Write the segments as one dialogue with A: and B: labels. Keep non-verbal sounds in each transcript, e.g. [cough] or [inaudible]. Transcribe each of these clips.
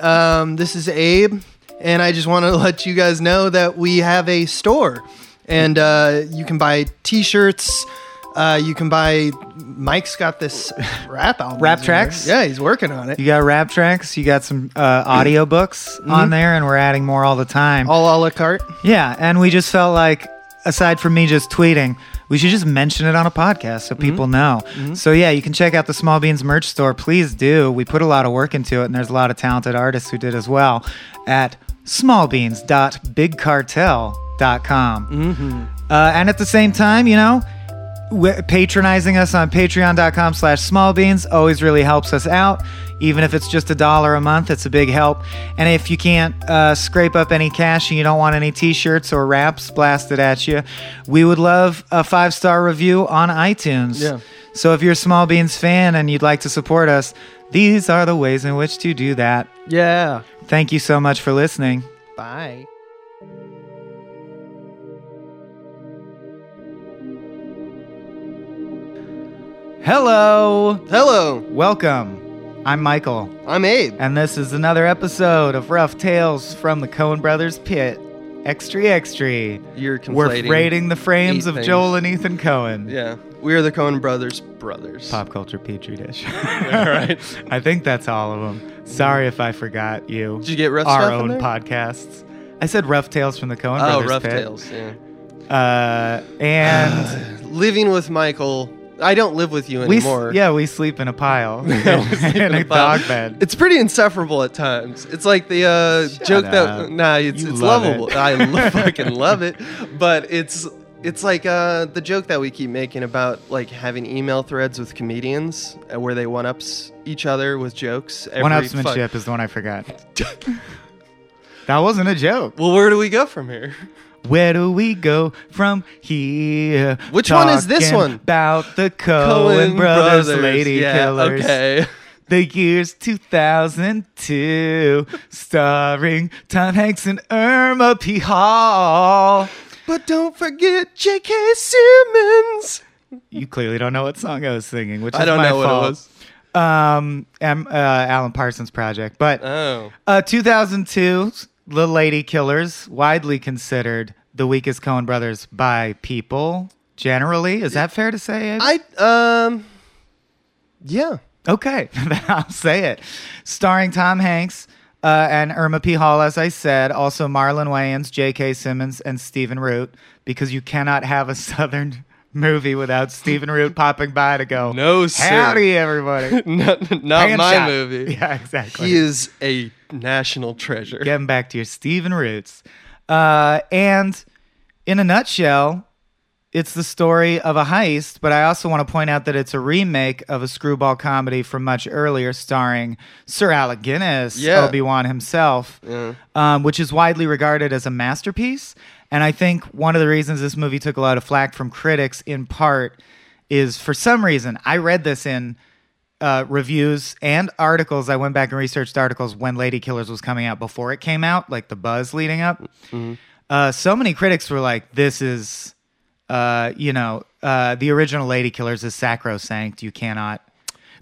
A: Um, this is Abe, and I just want to [laughs] let you guys know that we have a store, and uh, you can buy T-shirts. Uh, you can buy. Mike's got this [laughs] rap album.
B: Rap
A: in there.
B: tracks?
A: Yeah, he's working on it.
B: You got rap tracks, you got some uh, audio books on there, and we're adding more all the time.
A: All a la carte.
B: Yeah, and we just felt like, aside from me just tweeting, we should just mention it on a podcast so people know. So yeah, you can check out the Small Beans merch store. Please do. We put a lot of work into it, and there's a lot of talented artists who did as well at smallbeans.bigcartel.com. Mm-hmm. Uh, and at the same time, you know, w- patronizing us on patreon.com slash smallbeans always really helps us out even if it's just a dollar a month it's a big help and if you can't uh, scrape up any cash and you don't want any t-shirts or wraps blasted at you we would love a five-star review on itunes
A: Yeah.
B: so if you're a small beans fan and you'd like to support us these are the ways in which to do that
A: Yeah.
B: thank you so much for listening
A: Bye.
B: hello
A: Hello,
B: welcome i'm michael
A: I'm
B: [laughs]
A: Abe.
B: And this is another episode of Rough Tales from the Coen Brothers Pit. Extra, extra.
A: You're
B: We're
A: conflating.
B: rating the frames
A: eight
B: of
A: things.
B: Joel and Ethan Cohen.
A: Yeah, we are the Cohen brothers. Brothers.
B: Pop culture petri dish.
A: [laughs] All right.
B: [laughs] I think that's all of them. Sorry if I forgot you.
A: Did you get rough
B: Our
A: stuff in
B: own
A: there?
B: podcasts. I said Rough Tales from the Coen
A: Oh,
B: Brothers
A: rough
B: Pit.
A: tales. Yeah.
B: Uh,
A: [sighs]
B: and
A: Living with Michael. I don't live with you
B: we, s-
A: anymore.
B: yeah, we sleep in a
A: [laughs]
B: pile
A: We
B: [laughs]
A: sleep
B: in
A: in
B: a
A: pile.
B: dog bed.
A: It's pretty insufferable at times. It's like the uh,
B: Shut
A: joke
B: up.
A: that nah, it's,
B: You
A: it's
B: love
A: lovable.
B: it.
A: I
B: [laughs]
A: lo- fucking love it, but it's it's like uh, the joke that we keep making about like having email threads with comedians uh, where they one ups each other with jokes. every
B: One
A: fuck-
B: upsmanship is the one
A: [laughs]
B: I forgot. that wasn't a joke.
A: Well, where do we go from here?
B: Where do we go from here?
A: Which one is this
B: Talking
A: one?
B: About the Cohen,
A: Coen
B: brothers, lady
A: yeah,
B: killers.
A: Okay.
B: The year's 2002, starring Tom Hanks and Irma P. Hall.
A: But don't forget J.K. Simmons.
B: You clearly don't know what song I was singing, which is
A: I don't
B: my
A: know what it
B: fault.
A: was.
B: Um, um, uh, Alan Parsons project, but
A: Oh.
B: Uh, 2002, The Lady Killers, widely considered the weakest Coen Brothers by people generally. Is that fair to say? Abe?
A: I um yeah.
B: okay, [laughs] then I'll say it. Starring Tom Hanks uh, and Irma P. Hall, as I said, also Marlon Wayans, J.K. Simmons, and Stephen Root, because you cannot have a [laughs] Southern movie without Stephen Root popping by to go,
A: No, sir.
B: Howdy, everybody.
A: Not, [laughs] not
B: Hand
A: my
B: shot.
A: movie.
B: [laughs] Yeah, exactly.
A: He is a national treasure.
B: getting back to your Steven roots. Uh, and in a nutshell, it's the story of a heist, but I also want to point out that it's a remake of a screwball comedy from much earlier, starring Sir Alec Guinness,
A: Yeah.
B: Obi Wan himself, um, which is widely regarded as a masterpiece. And I think one of the reasons this movie took a lot of flack from critics, in part, is for some reason, I read this in uh, reviews and articles. I went back and researched articles when Lady Killers was coming out before it came out, like the buzz leading up. Uh, so many critics were like, this is, uh, you know, uh, the original Lady Killers is sacrosanct. You cannot.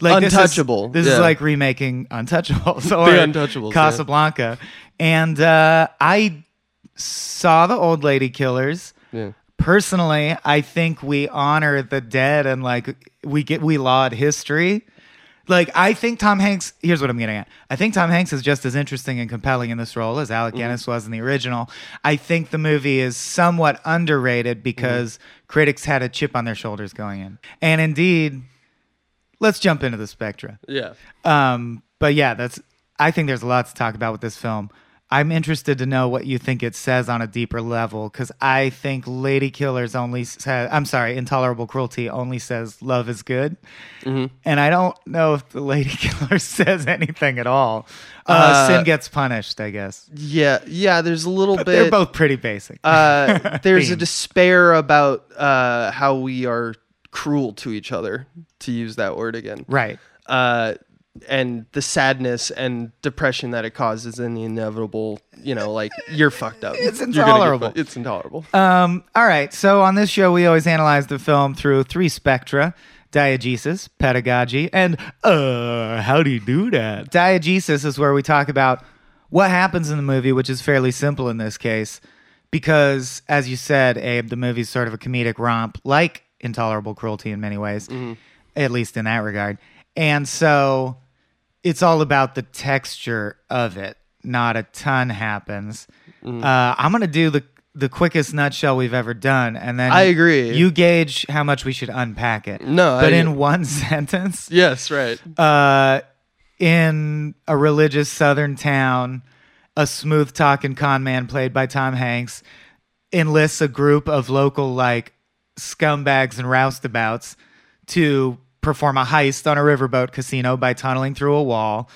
B: Like, this is-
A: Untouchable,
B: This is,
A: yeah.
B: like remaking
A: [laughs]
B: Untouchables or
A: Untouchables, yeah.
B: Casablanca. And uh, I saw the old Lady Killers
A: Yeah.
B: personally i think we honor the dead and like we get we laud history like i think tom hanks here's what i'm getting at i think tom hanks is just as interesting and compelling in this role as alec
A: Mm-hmm.
B: guinness was in the original i think the movie is somewhat underrated because
A: Mm-hmm.
B: critics had a chip on their shoulders going in and indeed let's jump into the spectra
A: Yeah.
B: um, but yeah, that's. I think there's a lot to talk about with this film. I'm interested to know what you think it says on a deeper level because I think Lady Killers only says, I'm sorry, Intolerable Cruelty only says love is good.
A: Mm-hmm.
B: And I don't know if the Lady [laughs] Killer says anything at all.
A: Uh,
B: Uh, Sin gets punished, I guess.
A: Yeah. Yeah, there's a little bit
B: They're both pretty basic.
A: uh there's a
B: themes.
A: despair about uh how we are cruel to each other, to use that word again.
B: right.
A: Uh and the sadness and depression that it causes and the inevitable, you know, like you're fucked up.
B: It's
A: You're gonna get
B: intolerable.
A: fucked- it's intolerable.
B: Um, all right. So on this show, we always analyze the film through three spectra diegesis, pedagogy, and uh, how do you do that? Diegesis is where we talk about what happens in the movie, which is fairly simple in this case, because as you said, Abe, the movie's sort of a comedic romp, like intolerable cruelty in many ways, at least in that regard. And so it's all about the texture of it. Not a ton happens.
C: Mm.
B: Uh, I'm gonna do the the quickest nutshell we've ever done, and then
C: I agree.
B: You gauge how much we should unpack it.
C: No,
B: but
C: I- [laughs]
B: in one [laughs] sentence,
C: Yes, right.
B: uh, in a religious southern town, a smooth talking con man played by Tom Hanks enlists a group of local like scumbags and roustabouts to perform a heist on a riverboat casino by tunneling through a wall.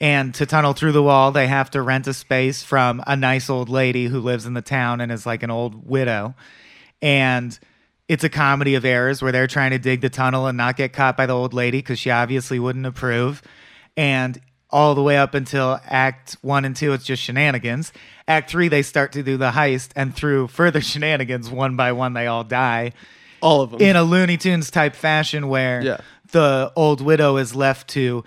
B: And to tunnel through the wall, they have to rent a space from a nice old lady who lives in the town and is like an old widow. And it's a comedy of errors where they're trying to dig the tunnel and not get caught by the old lady because she obviously wouldn't approve. And all the way up until act one and two, it's just shenanigans. Act three, they start to do the heist, and through further [laughs] shenanigans, one by one, they all die
C: All of them.
B: in a Looney Tunes type fashion where
C: Yeah.
B: the old widow is left to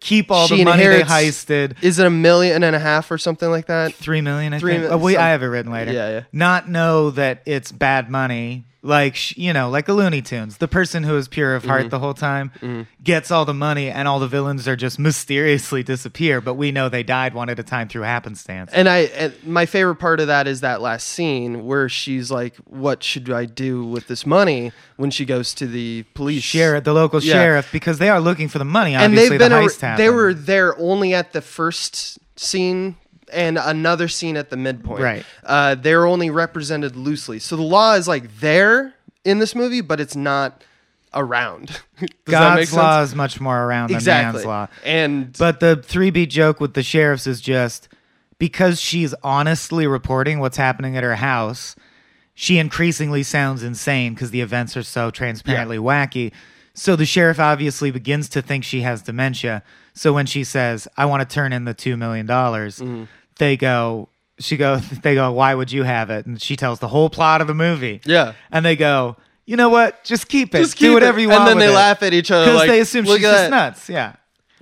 B: keep all
C: She
B: the money they
C: inherits-
B: heisted.
C: Is it a million and a half or something like that?
B: Three million, I
C: Three
B: think.
C: mil-
B: oh, we,
C: some-
B: I have it written later.
C: Yeah, yeah.
B: Not know that it's bad money, like sh- you know, like a Looney Tunes. The person who is pure of heart
C: Mm-hmm.
B: the whole time gets all the money, and all the villains are just mysteriously disappear. But we know they died one at a time through happenstance.
C: And I, and my favorite part of that is that last scene where she's like, "What should I do with this money?" When she goes to the police
B: sheriff, the local
C: Yeah.
B: sheriff, because they are looking for the money.
C: and
B: Obviously,
C: they've been
B: the
C: a-
B: heist happened.
C: they were there only at the first scene and another scene at the midpoint
B: Right.
C: uh, they're only represented loosely so the law is like there in this movie but it's not around [laughs] Does that make
B: God's
C: sense?
B: law is much more around than
C: exactly
B: man's law.
C: and
B: But the three beat joke with the sheriffs is just because she's honestly reporting what's happening at her house, she increasingly sounds insane because the events are so transparently wacky. So the sheriff obviously begins to think she has dementia. So when she says, I want to turn in the two million dollars,
C: Mm-hmm.
B: they go she go [laughs] they go, Why would you have it? And she tells the whole plot of the movie.
C: Yeah.
B: And they go, You know what? Just keep it.
C: Just keep
B: Do whatever
C: it."
B: you want.
C: and then
B: with
C: they
B: it."
C: laugh at each other
B: Because
C: like,
B: they assume
C: look
B: she's
C: at
B: just
C: that,
B: nuts. Yeah.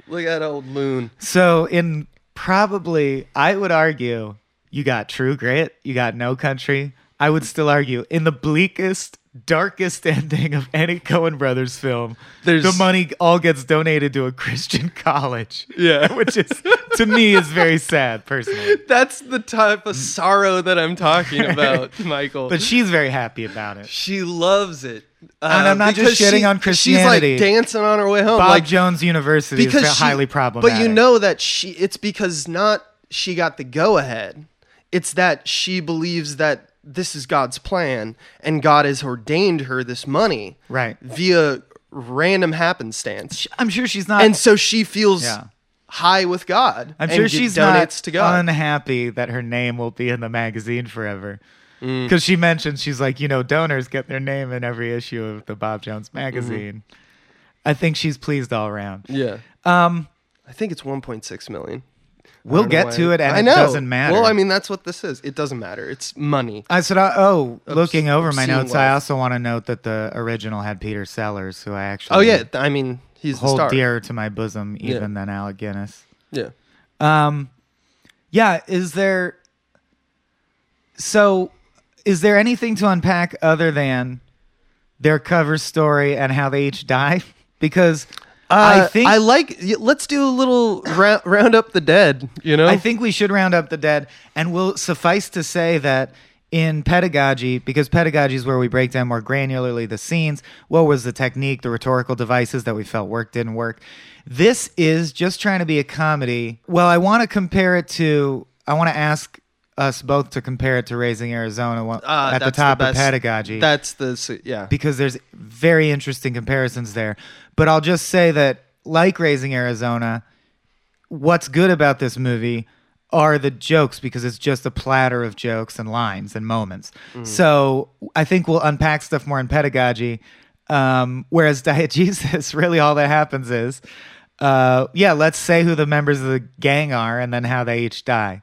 C: look at that old loon
B: So in probably, I would argue you got True Grit, you got No Country. I would still argue in the bleakest, darkest [laughs] ending of any Cohen Brothers film,
C: There's-
B: the money all gets donated to a Christian [laughs] college.
C: Yeah.
B: [laughs] which is to me is very sad personally.
C: that's the type of sorrow that i'm [laughs] talking about michael
B: But she's very happy about it.
C: she loves it
B: And
C: Uh,
B: I'm not just
C: because
B: shitting
C: she-
B: on Christianity.
C: she's like dancing on her way home
B: Bob
C: like
B: Jones University is
C: she-
B: highly problematic.
C: But you know that she it's because not she got the go ahead. It's that she believes that this is God's plan and God has ordained her this money
B: right?
C: via random happenstance.
B: I'm sure she's not.
C: And so she feels
B: Yeah.
C: high with God.
B: I'm
C: and
B: sure
C: gi-
B: she's
C: donates
B: not
C: to God.
B: unhappy that her name will be in the magazine forever.
C: Mm.
B: Because she mentioned she's like, you know, donors get their name in every issue of the Bob
C: Mm-hmm.
B: Jones magazine. I think she's pleased all around.
C: yeah.
B: Um,
C: I think it's 1.6 million.
B: we'll get to it, and
C: I
B: it
C: know.
B: doesn't matter.
C: Well, I mean, that's what this is. It doesn't matter. It's money.
B: I said, I- oh, looking over my
C: obscene
B: notes, I
C: wealth.
B: also want to note that the original had Peter Sellers, who I actually
C: Oh yeah, th- I mean, he's the
B: hold
C: star.
B: dearer to my bosom even than Alec Guinness.
C: Yeah.
B: Um, yeah, is there so is there anything to unpack other than their cover story and how they each die? [laughs] Because I
C: Uh,
B: think
C: I
B: I,
C: like. y- Let's do a little round, round up the dead. You know,
B: think we should round up the dead, and we'll suffice to say that in pedagogy, because pedagogy is where we break down more granularly the scenes, what was the technique, the rhetorical devices that we felt worked, didn't work. This is just trying to be a comedy. Well, I want to compare it to. I want to ask us both to compare it to Raising Arizona one-
C: Uh,
B: at the
C: that's
B: top of
C: best-
B: pedagogy
C: That's the s- yeah.
B: because there's very interesting comparisons there. But I'll just say that, like Raising Arizona, what's good about this movie are the jokes because it's just a platter of jokes and lines and moments. So I think we'll unpack stuff more in pedagogy. Um, whereas [laughs] Diegesis, really all that happens is, uh, yeah, let's say who the members of the gang are and then how they each die.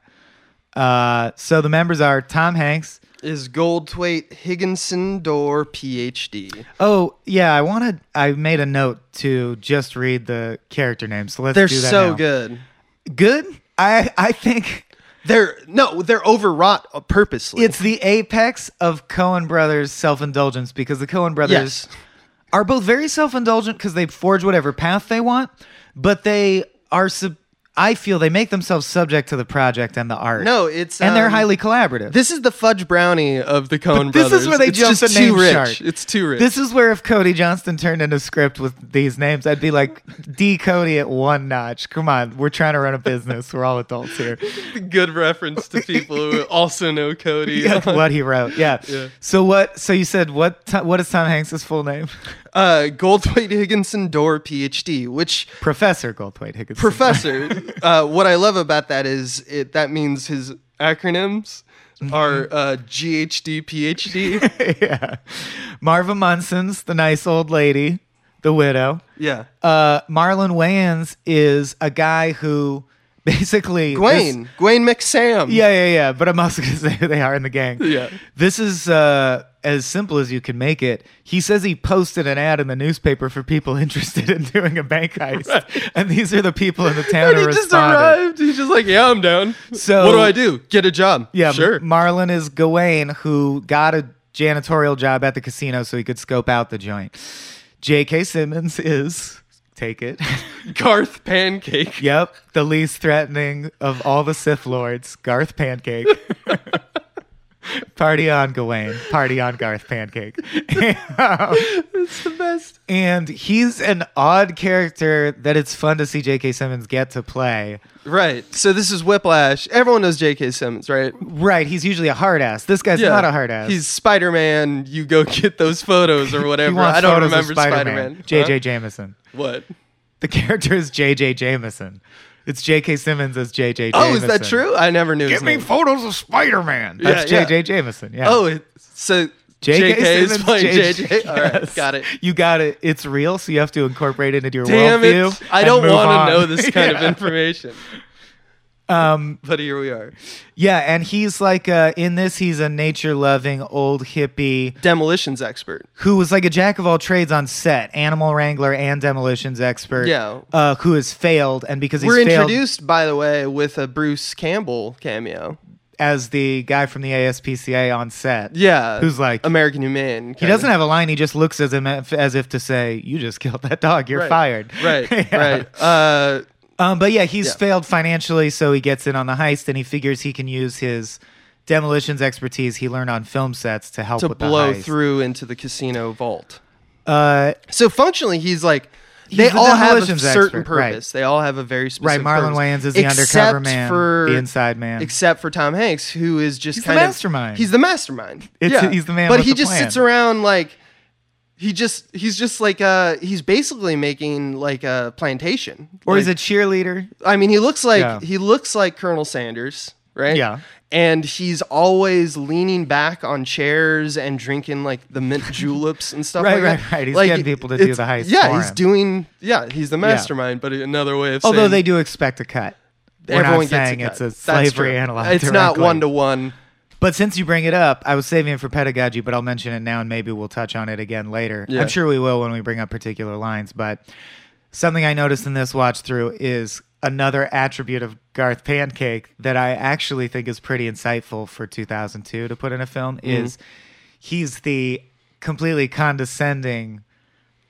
B: Uh, so the members are Tom Hanks.
C: Is Goldthwait Higginson Dorr, PhD?
B: Oh yeah, I wanted. I made a note to just read the character names. So let's
C: They're
B: do that
C: so
B: now.
C: good.
B: Good. I I think
C: They're no, they're overwrought uh, purposely.
B: it's the apex of Cohen brothers self indulgence because the Cohen brothers
C: yes,
B: are both very self indulgent because they forge whatever path they want, but they are sub. I feel they make themselves subject to the project and the art.
C: no, it's
B: and they're
C: um,
B: highly collaborative.
C: This is the fudge brownie of the Coen
B: But this
C: Brothers.
B: is where they
C: it's
B: jump
C: just
B: the
C: too
B: name
C: rich.
B: shark.
C: It's too rich.
B: This is where if Cody Johnston turned in a script with these names, I'd be like, D Cody at one notch. Come on, we're trying to run a business. We're all adults here.
C: good reference to people
B: [laughs]
C: who also know Cody.
B: Yeah, what he wrote, yeah. So what? So you said what? To- what is Tom Hanks' full name?
C: Uh, Goldthwait Higginson Dorr, PhD, which
B: Professor Goldthwait Higginson.
C: professor. uh, what I love about that is it that means his acronyms
B: Mm-hmm.
C: are uh, GHD,
B: [laughs] [laughs]
C: PhD.
B: yeah. Marva Munson's the nice old lady, the widow.
C: yeah.
B: Uh, Marlon Wayans is a guy who basically this-
C: Gwaine. Gwaine McSam.
B: Yeah, yeah, yeah. But I'm also gonna [laughs] say who they are in the gang.
C: Yeah.
B: This is uh, as simple as you can make it. He says he posted an ad in the newspaper for people [laughs] interested in doing a bank heist, and these are the people in the town
C: And
B: who
C: he just
B: responded.
C: arrived. He's just like, yeah, I'm down.
B: So-
C: what do I do? Get a job.
B: Yeah,
C: sure.
B: M- Marlon is Gawain, who got a janitorial job at the casino so he could scope out the joint. J.K. Simmons is take it. [laughs]
C: Garth Pancake.
B: yep, the least threatening of all the Sith lords, Garth
C: [laughs]
B: Pancake. Party on Gawain. Party on Garth Pancake.
C: [laughs] It's the best.
B: and he's an odd character that it's fun to see J.K. Simmons get to play.
C: Right. So this is Whiplash. Everyone knows J.K. Simmons, right?
B: Right, he's usually a hard ass. This guy's not a hard ass.
C: He's Spider Man. You go [laughs] get those photos
B: [laughs]
C: or
B: he
C: whatever.
B: wants
C: I don't
B: photos of
C: remember Spider Man.
B: Spider-Man. J.J. Jameson.
C: What?
B: The character is J.J. Jameson. It's J.K. Simmons as J.J.
C: Oh,
B: Jameson.
C: is that true? I never knew. his
B: Give me
C: name.
B: photos of Spider Man.
C: Yeah,
B: That's
C: yeah.
B: J.J. Jameson. Yeah.
C: Oh, it- so
B: J.K.
C: J.K. is [laughs]
B: Simmons,
C: playing
B: J.J.
C: J.J. All
B: [laughs]
C: right,
B: Yes.
C: got it.
B: You got it. It's real, so you have to incorporate it into your
C: Damn
B: worldview.
C: it! I
B: and
C: don't
B: move
C: want
B: on.
C: to know this kind
B: [laughs]
C: of
B: Yeah.
C: information. Um, but here we are.
B: Yeah, and he's like uh, in this. He's a nature-loving old hippie
C: Demolitions expert.
B: who was like a jack of all trades on set, animal wrangler and demolitions expert.
C: Yeah.
B: uh, who has failed, and because he's
C: We're
B: failed
C: introduced, by the way, with a Bruce Campbell cameo.
B: as the guy from the ASPCA on set.
C: Yeah,
B: Who's like-
C: American Humane?
B: He doesn't have a line. He just looks as if, as if to say, "You just killed that dog. You're fired."
C: Right,
B: [laughs] Yeah.
C: right. Uh,
B: Um, but yeah, he's
C: Yeah.
B: failed financially, so he gets in on the heist, and he figures he can use his demolitions expertise he learned on film sets to help
C: to
B: with
C: blow
B: the heist.
C: through into the casino vault.
B: Uh,
C: So functionally, he's like they
B: the
C: all have a
B: demolitions
C: certain
B: expert, right.
C: purpose. They all have a very
B: right,
C: specific
B: Marlon
C: purpose.
B: Wayans is the
C: Except
B: undercover man,
C: for
B: the inside man.
C: except for Tom Hanks, who is just
B: He's the
C: kind of
B: mastermind.
C: He's the mastermind.
B: It's- he's the man
C: But
B: with
C: he
B: the
C: just
B: plan.
C: sits around like he just he's just like uh he's basically making like a plantation.
B: or
C: like,
B: he's a cheerleader.
C: I mean, he looks like
B: Yeah.
C: he looks like Colonel Sanders, right?
B: Yeah.
C: And he's always leaning back on chairs and drinking like the
B: [laughs]
C: mint juleps and stuff.
B: Right,
C: like that.
B: right, right. He's
C: Like,
B: getting people to do
C: it's-
B: the heist
C: Yeah,
B: for
C: he's
B: him.
C: doing. Yeah, he's the mastermind, but another way of
B: Although
C: saying
B: they do expect a cut. We're
C: everyone
B: not saying
C: gets
B: it's a
C: cut. That's
B: slavery
C: true.
B: analog.
C: It's not
B: directly.
C: one to one.
B: But since you bring it up, I was saving it for pedagogy, but I'll mention it now and maybe we'll touch on it again later.
C: Yeah.
B: I'm sure we will when we bring up particular lines, but something I noticed in this watch through is another attribute of Garth Pancake that I actually think is pretty insightful for 2002 to put in a film
C: Mm-hmm.
B: is he's the completely condescending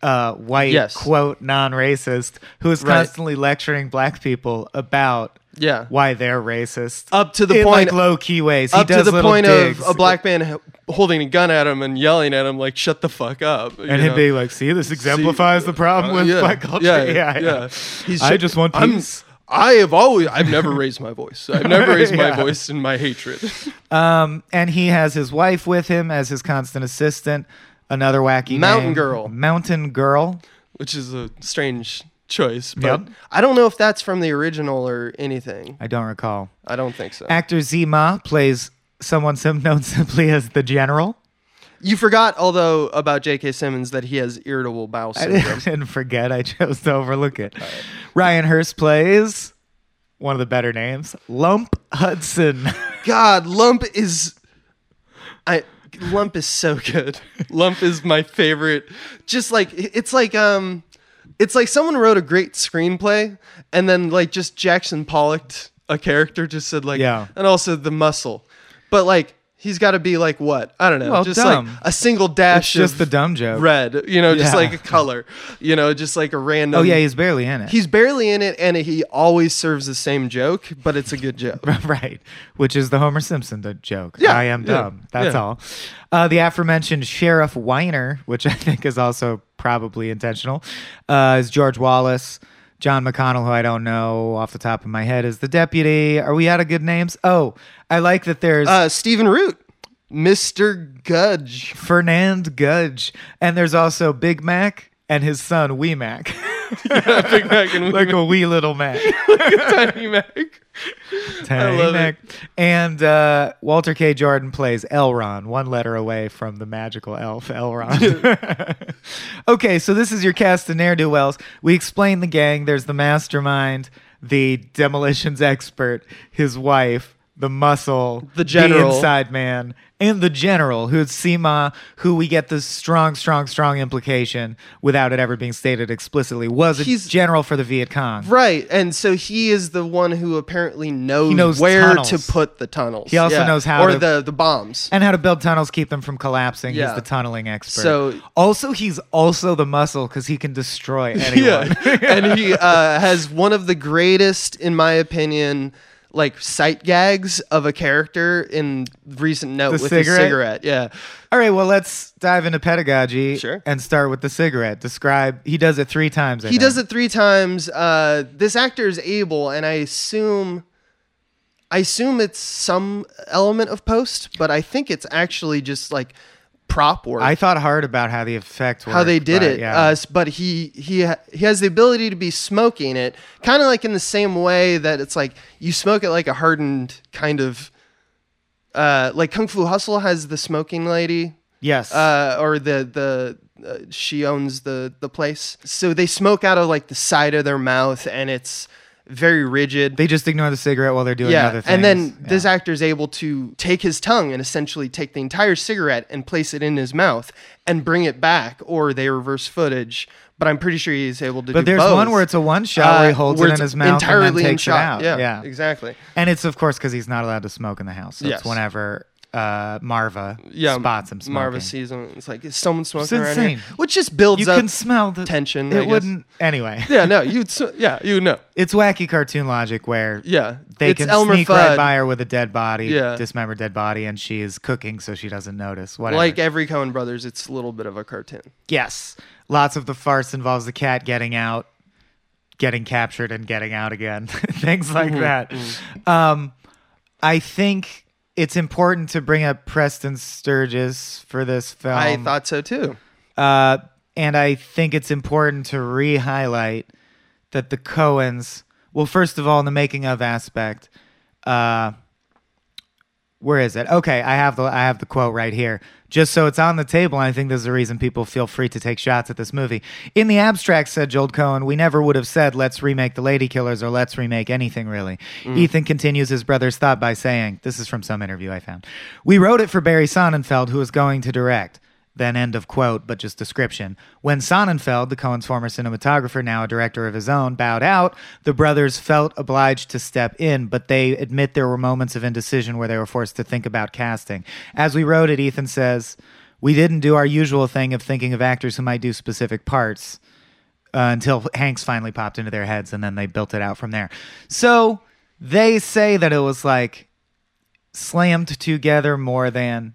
B: uh, white
C: Yes.
B: quote non-racist who is
C: Right.
B: constantly lecturing black people about
C: Yeah.
B: why they're racist
C: Up to the
B: in, like
C: point-
B: low key ways. He
C: Up to
B: does
C: the
B: little
C: point
B: digs
C: of a black man h- holding a gun at him and yelling at him like "Shut the fuck up!" you
B: and him
C: know?
B: being like, "See, this exemplifies the problem
C: Uh,
B: with
C: yeah,
B: black culture."
C: Yeah,
B: Yeah,
C: yeah. yeah. He's
B: I just want
C: I'm-
B: peace.
C: I have always, I've never raised my voice.
B: [laughs]
C: I've never raised my
B: Yeah.
C: voice in my hatred. [laughs]
B: Um, and he has his wife with him as his constant assistant. Another wacky
C: Mountain
B: name.
C: Girl.
B: Mountain girl.
C: which is a strange choice. But
B: Yep.
C: I don't know if that's from the original or anything.
B: I don't recall.
C: I don't think so.
B: Actor Zima plays someone sim- [laughs] known simply as the General. [laughs]
C: You forgot, although, about J.K. Simmons that he has irritable bowel
B: I
C: syndrome.
B: didn't forget. I chose to overlook it. Ryan Hurst plays one of the better names, Lump Hudson. [laughs]
C: God, Lump is I Lump is
B: [laughs]
C: so good. Lump is my favorite. Just like it's like um it's like someone wrote a great screenplay and then like just Jackson Pollock a character just said like
B: Yeah.
C: and also the muscle. But like he's got to be like what? I don't know.
B: Well,
C: just like
B: dumb.
C: a single dash
B: It's just
C: of
B: the dumb joke.
C: Red, you know, just
B: Yeah.
C: like a color, you know, just like a random
B: Oh yeah, he's barely in it.
C: He's barely in it, and he always serves the same joke, but it's a good joke.
B: [laughs] right, which is the Homer Simpson d- joke.
C: Yeah,
B: I am
C: yeah,
B: dumb. That's
C: yeah.
B: all. Uh, the aforementioned Sheriff Weiner, which I think is also probably intentional, uh, is George Wallace. John McConnell, who I don't know off the top of my head, is the deputy. Are we out of good names? Oh, I like that there's
C: Uh, Stephen Root, Mr. Gudge.
B: Fernand Gudge, and there's also Big Mac and his son Wee Mac, [laughs]
C: Big Mac and
B: like a wee little Mac.
C: Tiny Mac.
B: Tiny
C: love it.
B: Mac. And uh, Walter K. Jordan plays Elron, one letter away from the magical elf
C: [laughs]
B: Elron. [laughs] okay, so this is your cast of ne'er do wells. We explain the gang. There's the mastermind, the demolitions expert, his wife, the muscle,
C: The general.
B: inside man, and the general, who's Sima, who we get this strong, strong, strong implication without it ever being stated explicitly, was a
C: He's-
B: general for the Viet Cong.
C: Right, and so he is the one who apparently knows,
B: He knows
C: where
B: tunnels.
C: to put the tunnels.
B: He also knows how
C: or
B: to-
C: the the bombs.
B: and how to build tunnels, keep them from collapsing.
C: Yeah.
B: He's the tunneling expert.
C: So-
B: also he's also the muscle because he can
C: [laughs]
B: destroy anyone. [laughs]
C: and he uh, has one of the greatest, in my opinion, like sight gags of a character in recent note
B: The
C: with his
B: cigarette?
C: cigarette. Yeah,
B: All right, well let's dive into pedagogy
C: Sure.
B: and start with the cigarette. Describe. He does it three times. I
C: He
B: think.
C: does it three times. Uh, this actor is able, and I assume, I assume it's some element of post, but I think it's actually just like prop work.
B: I thought hard about how the effect worked.
C: how they did
B: but
C: it,
B: Yeah.
C: uh, s- but he he ha- he has the ability to be smoking it, kind of like in the same way that it's like you smoke it like a hardened kind of, uh, like Kung Fu Hustle has the smoking lady
B: yes.
C: uh, or the the uh, she owns the the place. So they smoke out of like the side of their mouth, and it's very rigid.
B: they just ignore the cigarette while they're doing other
C: yeah,
B: things.
C: and then
B: Yeah.
C: this actor is able to take his tongue and essentially take the entire cigarette and place it in his mouth and bring it back, or they reverse footage. But I'm pretty sure he's able to.
B: But
C: do
B: there's
C: both.
B: one where it's a one shot where he
C: Uh,
B: holds
C: where
B: it in
C: it's
B: his mouth
C: entirely
B: and then
C: in
B: takes it
C: shot.
B: out.
C: Yeah,
B: yeah.
C: exactly.
B: And it's of course because he's not allowed to smoke in the house. So
C: Yes.
B: it's whenever uh, Marva
C: Yeah,
B: spots him smoking.
C: Marva sees him. It's like is someone smoking
B: It's
C: around here?
B: insane.
C: Which just builds
B: you
C: up
B: can smell the
C: tension,
B: It
C: I guess.
B: wouldn't anyway. [laughs]
C: Yeah, no, you'd s- yeah, you know.
B: It's wacky cartoon logic where
C: Yeah,
B: they
C: it's
B: can
C: Elmer
B: sneak
C: Fudd.
B: right by her with a dead body,
C: Yeah.
B: dismembered dead body, and she is cooking so she doesn't notice. Whatever.
C: Like every Cohen Brothers, it's a little bit of a cartoon.
B: yes, lots of the farce involves the cat getting out, getting captured, and getting out again. [laughs] Things like
C: Mm-hmm.
B: that. Um, I think it's important to bring up Preston Sturges for this film.
C: I thought so too.
B: Uh, and I think it's important to re highlight that the Coens, well, first of all, in the making of aspect, uh, where is it? Okay, I have the I have the quote right here. Just so it's on the table, and I think this is the reason people feel free to take shots at this movie. In the abstract, said Joel Cohen, we never would have said let's remake The Lady Killers or let's remake anything really. Ethan continues his brother's thought by saying, This is from some interview I found. We wrote it for Barry Sonnenfeld, who was going to direct. Then end of quote, but just description. When Sonnenfeld, the Cohen's former cinematographer, now a director of his own, bowed out, the brothers felt obliged to step in, but they admit there were moments of indecision where they were forced to think about casting. As we wrote it, Ethan says, We didn't do our usual thing of thinking of actors who might do specific parts uh, until Hanks finally popped into their heads and then they built it out from there. So they say that it was like slammed together more than.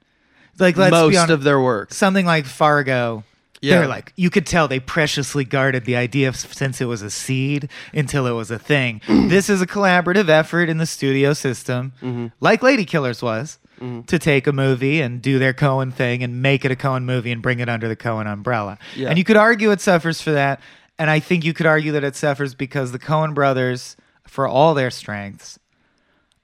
B: Like, let's be
C: Most
B: honest,
C: of their work.
B: something like Fargo.
C: Yeah.
B: They're like you could tell they preciously guarded the idea of, since it was a seed until it was a
C: [clears throat]
B: thing. this is a collaborative effort in the studio system,
C: Mm-hmm.
B: like Lady Killers was, to take a movie and do their Cohen thing and make it a Cohen movie and bring it under the Cohen umbrella.
C: Yeah.
B: And you could argue it suffers for that, and I think you could argue that it suffers because the Cohen brothers, for all their strengths,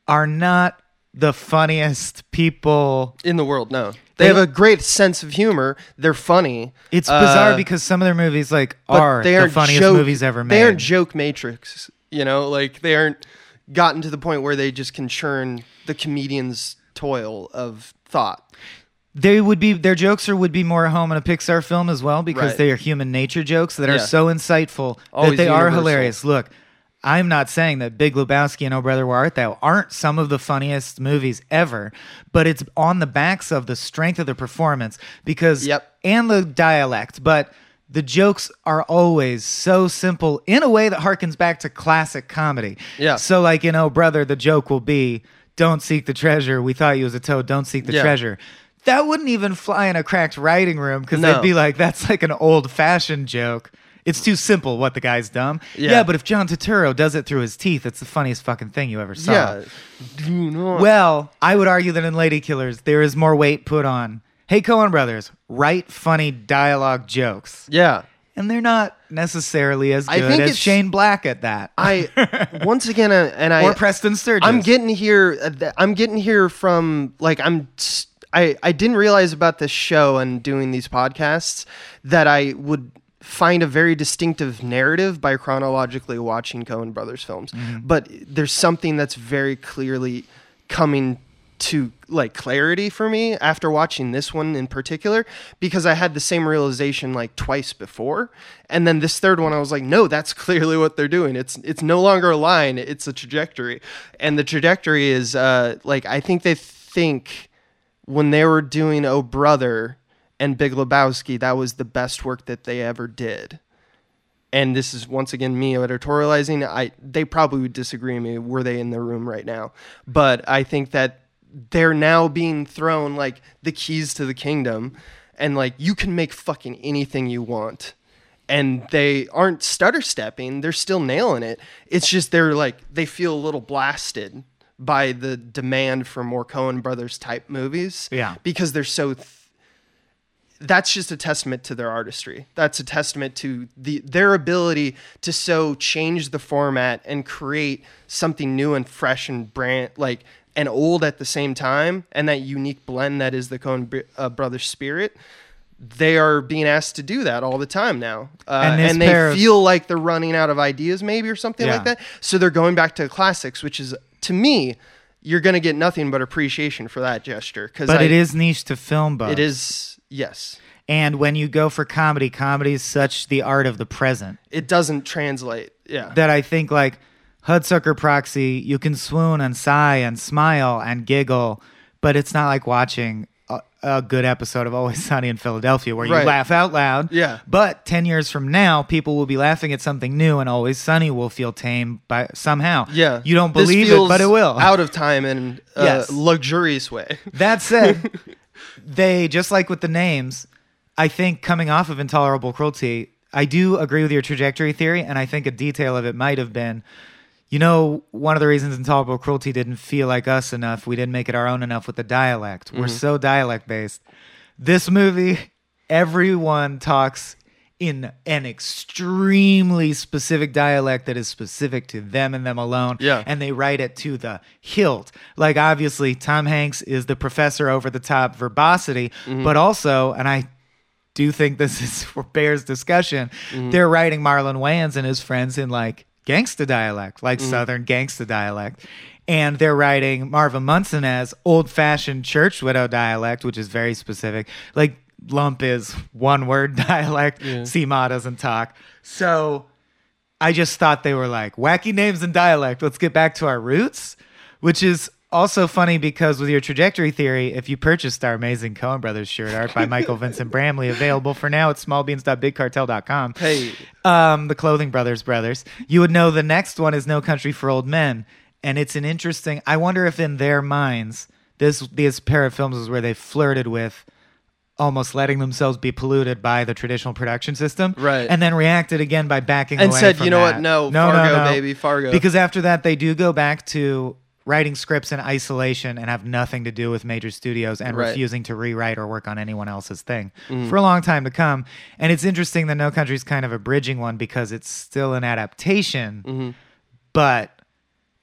B: are not the funniest people
C: In the world, no. They have a great sense of humor. They're funny.
B: It's bizarre
C: Uh,
B: because some of their movies like
C: but
B: are
C: they
B: the
C: aren't
B: funniest
C: joke-
B: movies ever made.
C: They aren't joke matrix. You know, like they aren't gotten to the point where they just can churn the comedian's toil of thought.
B: they would be their jokes are would be more at home in a Pixar film as well because
C: Right.
B: they are human nature jokes that are
C: Yeah.
B: so insightful that
C: Always
B: they are
C: universal.
B: hilarious. Look, I'm not saying that Big Lebowski and Oh Brother Where Art Thou aren't some of the funniest movies ever, but it's on the backs of the strength of the performance because
C: Yep.
B: and the dialect, but the jokes are always so simple in a way that harkens back to classic comedy.
C: Yeah.
B: So like in Oh Brother, the joke will be, "Don't seek the treasure. We thought you was a toad. Don't seek the
C: Yeah.
B: treasure." That wouldn't even fly in a cracked writing room because
C: No.
B: they'd be like, "That's like an old-fashioned joke. It's too simple. What the guy's dumb."
C: Yeah.
B: but if John Turturro does it through his teeth, it's the funniest fucking thing you ever saw.
C: Yeah. Do not.
B: Well, I would argue that in Lady Killers, there is more weight put on. Hey, Cohen Brothers, write funny dialogue jokes,
C: yeah.
B: and they're not necessarily as
C: I
B: good
C: think
B: as
C: it's-
B: Shane Black at that,
C: I once again uh, and I
B: or Preston Sturges.
C: I'm getting here. uh, th- I'm getting here from like I'm. s- I I didn't realize about this show and doing these podcasts that I would find a very distinctive narrative by chronologically watching Coen Brothers films. But there's something that's very clearly coming to like clarity for me after watching this one in particular because I had the same realization like twice before and then this third one I was like no that's [laughs] clearly what they're doing it's it's no longer a line it's a trajectory and the trajectory is uh like I think they think when they were doing Oh Brother and Big Lebowski that was the best work that they ever did and this is once again me editorializing i they probably would disagree with me were they in the room right now but i think that they're now being thrown like the keys to the kingdom and like you can make fucking anything you want and they aren't stutter stepping they're still nailing it it's just they're like they feel a little blasted by the demand for more cohen brothers type movies
B: Yeah.
C: because they're so th- that's just a testament to their artistry. That's a testament to the their ability to so change the format and create something new and fresh and brand like and old at the same time, and that unique blend that is the Coen Br- uh, Brothers spirit. They are being asked to do that all the time now, uh,
B: And
C: and,
B: this pair
C: they
B: of-
C: feel like they're running out of ideas, maybe or something
B: Yeah.
C: like that. So they're going back to classics, which is to me, you're going to get nothing but appreciation for that gesture because
B: but it is niche to film, but
C: it is yes.
B: And when you go for comedy, comedy is such the art of the present
C: it doesn't translate. Yeah.
B: that I think like Hudsucker Proxy, you can swoon and sigh and smile and giggle, but it's not like watching a, a good episode of Always Sunny in Philadelphia where you
C: Right.
B: laugh out loud.
C: Yeah.
B: But ten years from now, people will be laughing at something new, and Always Sunny will feel tame by somehow.
C: yeah.
B: You don't
C: This
B: believe it,
C: feels
B: but it will.
C: Out of time in a
B: Yes. [laughs]
C: luxurious way.
B: That
C: [laughs]
B: said, they just like with the names, I think coming off of intolerable cruelty, I do agree with your trajectory theory, and I think a detail of it might have been, you know, one of the reasons intolerable cruelty didn't feel like us enough, we didn't make it our own enough with the dialect. We're so dialect based. This movie, everyone talks in an extremely specific dialect that is specific to them and them alone
C: Yeah.
B: and they write it to the hilt. Like obviously, Tom Hanks is the professor over the top verbosity, but also, and I do think this is [laughs] for Bear's discussion, they're writing Marlon Wayans and his friends in like gangsta dialect, like Southern gangsta dialect. And they're writing Marva Munson as old fashioned church widow dialect, which is very specific. Like lump is one word [laughs] dialect. Sema doesn't talk. So I just thought they were like wacky names and dialect. Let's get back to our roots, which is also funny because with your trajectory theory, if you purchased our amazing Coen Brothers shirt art by
C: [laughs]
B: Michael Vincent Bramley, available for now at smallbeans.bigcartel.com.
C: Hey.
B: um, the Clothing Brothers brothers, you would know the next one is No Country for Old Men, and it's an interesting. I wonder if in their minds, this this pair of films is where they flirted with almost letting themselves be polluted by the traditional production system,
C: Right.
B: And then reacted again by backing
C: And
B: away
C: said,
B: from
C: "You know what?
B: that."
C: No, Fargo, baby, Fargo.
B: Because after that, they do go back to writing scripts in isolation and have nothing to do with major studios and
C: Right. Mm-hmm.
B: refusing to rewrite or work on anyone else's thing for a long time to come. And it's interesting that No Country's kind of a bridging one because it's still an adaptation,
C: Mm-hmm.
B: but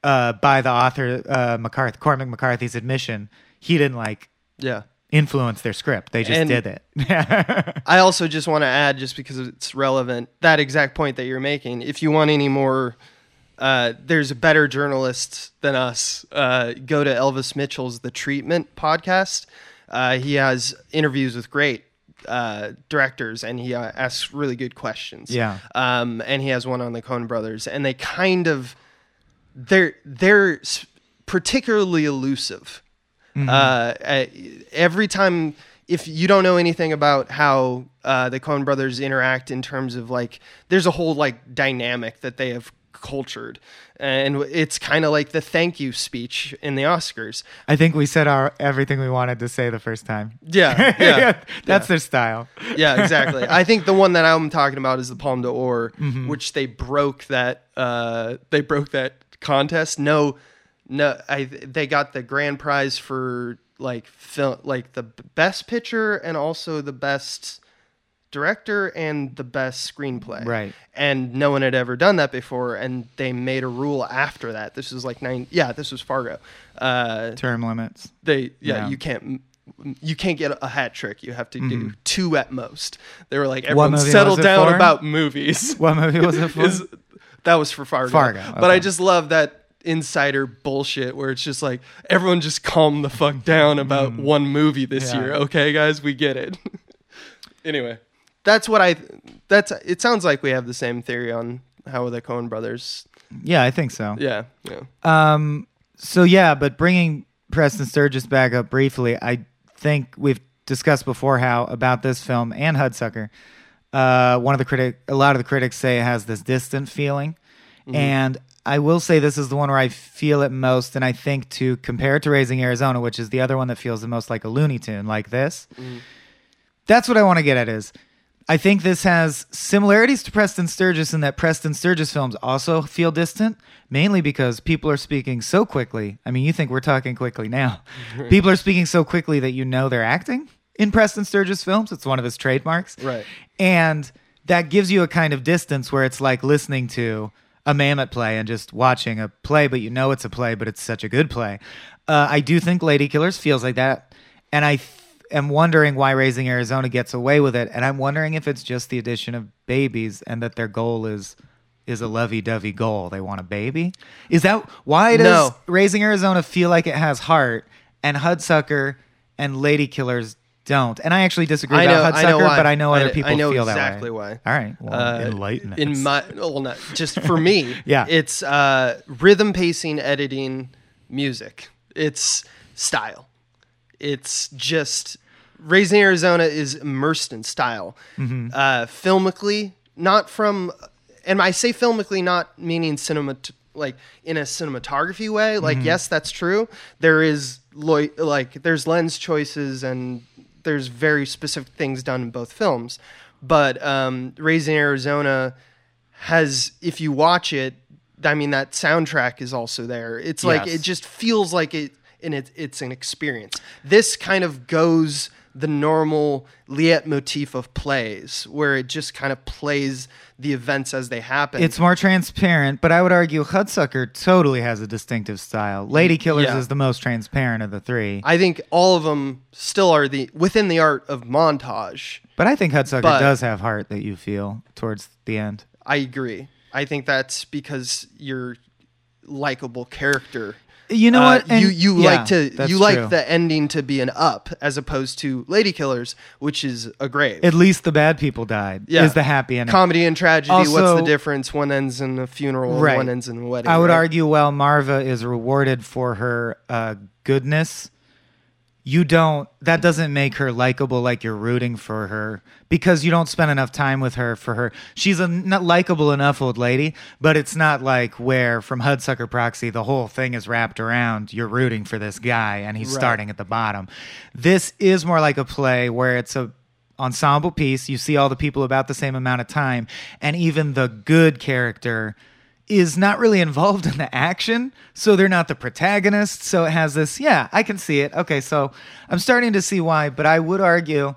B: uh, by the author uh, McCarthy, Cormac McCarthy's admission, he didn't like
C: yeah.
B: influence their script. They just
C: And-
B: did
C: [laughs]
B: it.
C: I also just want to add, just because it's relevant, that exact point that you're making. If you want any more uh, there's better journalists than us. Uh, go to Elvis Mitchell's The Treatment podcast. Uh, he has interviews with great uh, directors and he uh, asks really good questions.
B: Yeah.
C: Um, and he has one on the Coen brothers, and they kind of they're they're s- particularly elusive. Uh, I- every time, if you don't know anything about how uh, the Coen brothers interact in terms of like, there's a whole like dynamic that they have cultured, and it's kind of like the thank you speech in the Oscars.
B: I think we said our everything we wanted to say the first time.
C: Yeah, yeah.
B: that's their style.
C: yeah, exactly. I think the one that I'm talking about is the Palme d'Or, which they broke that uh, they broke that contest. No, no, I they got the grand prize for like film, like the b- best picture and also the best director and the best screenplay.
B: Right.
C: And no one had ever done that before, and they made a rule after that. This was like nine. Yeah, this was Fargo. Uh,
B: Term limits.
C: they
B: Yeah.
C: yeah, you can't you can't get a hat trick you have to do two at most they were like
B: What
C: everyone
B: movie
C: settle
B: was it
C: down
B: for?"
C: about movies [laughs]
B: What movie was it for?
C: Is- that was for fargo,
B: Fargo,
C: but i
B: okay.
C: just love that insider bullshit where it's just like everyone just calm the fuck down about one movie this
B: Mm. Yeah.
C: year okay guys we get it [laughs] anyway that's what i that's it sounds like we have the same theory on how the cohen brothers
B: yeah, I think so.
C: yeah yeah
B: Um. So yeah, but bringing Preston Sturges back up briefly, I think we've discussed before how about this film and Hudsucker. Uh, one of the critic, a lot of the critics say it has this distant feeling, and I will say this is the one where I feel it most. And I think to compare it to Raising Arizona, which is the other one that feels the most like a Looney Tune, like this. That's what I want to get at is I think this has similarities to Preston Sturges in that Preston Sturges films also feel distant, mainly because people are speaking so quickly. I mean, you think we're talking quickly now. people are speaking so quickly that you know they're acting in Preston Sturges films. It's one of his trademarks.
C: Right.
B: And that gives you a kind of distance where it's like listening to a mammoth play and just watching a play, but you know it's a play, but it's such a good play. Uh, I do think Lady Killers feels like that. And I th- am wondering why Raising Arizona gets away with it. And I'm wondering if it's just the addition of babies and that their goal is is a lovey-dovey goal. They want a baby. Is that why does
C: No.
B: Raising Arizona feel like it has heart and Hudsucker and Lady Killers don't? And I actually disagree
C: I
B: about
C: know-
B: Hudsucker,
C: I know why.
B: but I know
C: I
B: other
C: know-
B: people
C: I know
B: feel
C: exactly
B: that
C: why.
B: way. All right. Well,
C: Uh,
B: enlighten us.
C: in my well not just for me
B: [laughs] Yeah.
C: it's uh rhythm pacing editing music it's style it's just raising arizona is immersed in style uh filmically not from and i say filmically not meaning cinema like in a cinematography way like yes that's true there is lo- like there's lens choices and there's very specific things done in both films but um raising arizona has if you watch it i mean that soundtrack is also there it's like
B: Yes.
C: it just feels like it and it, it's an experience this kind of goes the normal leitmotif of plays where it just kind of plays the events as they happen
B: it's more transparent, but I would argue Hudsucker totally has a distinctive style. Lady Killers
C: Mm, Yeah.
B: is the most transparent of the three,
C: i think all of them still are the within the art of montage
B: but I think Hudsucker
C: But-
B: does have heart that you feel towards the end.
C: i agree i think that's because you're likable character
B: You know
C: Uh,
B: what? And-
C: you you
B: yeah,
C: like to
B: that's
C: you like
B: true.
C: the ending to be an up as opposed to Lady Killers, which is a grave.
B: At least the bad people died.
C: Yeah.
B: Is the happy ending?
C: Comedy and tragedy.
B: Also-
C: what's the difference? One ends in a funeral, and
B: Right.
C: one ends in a wedding.
B: I would
C: right?
B: argue while Marva is rewarded for her uh, goodness, you don't. That doesn't make her likable. Like you're rooting for her because you don't spend enough time with her. For her, she's a not likable enough old lady, but it's not like where from Hudsucker Proxy the whole thing is wrapped around. You're rooting for this guy, and he's starting at the bottom. This is more like a play where it's a ensemble piece. You see all the people about the same amount of time, and even the good character is not really involved in the action, so they're not the protagonists. So it has this, yeah, I can see it. Okay, so I'm starting to see why, but I would argue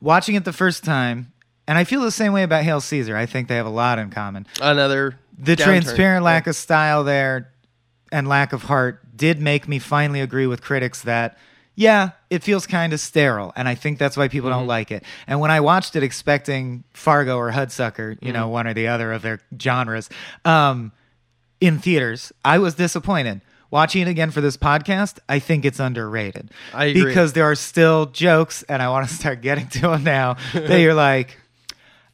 B: watching it the first time, and I feel the same way about Hail Caesar. I think they have a lot in common.
C: another
B: The
C: downturn.
B: transparent lack of style there and lack of heart did make me finally agree with critics that yeah, it feels kind of sterile, and I think that's why people don't like it. And when I watched it, expecting Fargo or Hudsucker, you know, one or the other of their genres, um, in theaters. I was disappointed. Watching it again for this podcast, I think it's underrated.
C: I agree.
B: Because there are still jokes, and I want to start getting to them now, that
A: [laughs]
B: you're like,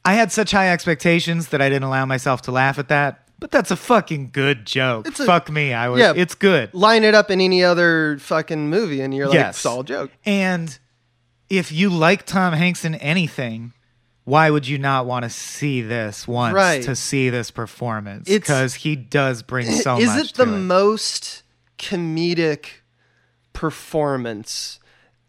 B: I had such high expectations that I didn't allow myself to laugh at that, but that's a fucking good joke.
A: a-
B: Fuck me. I was,
A: Yeah.
B: It's good.
C: Line it up in any other fucking movie, and you're like,
B: Yes.
C: solid joke.
B: And if you like Tom Hanks in anything, why would you not want to see this once
A: Right.
B: to see this performance?
A: It's-
B: Because he does bring so
A: [clears throat] is
B: much.
A: it the
B: to
C: Most comedic performance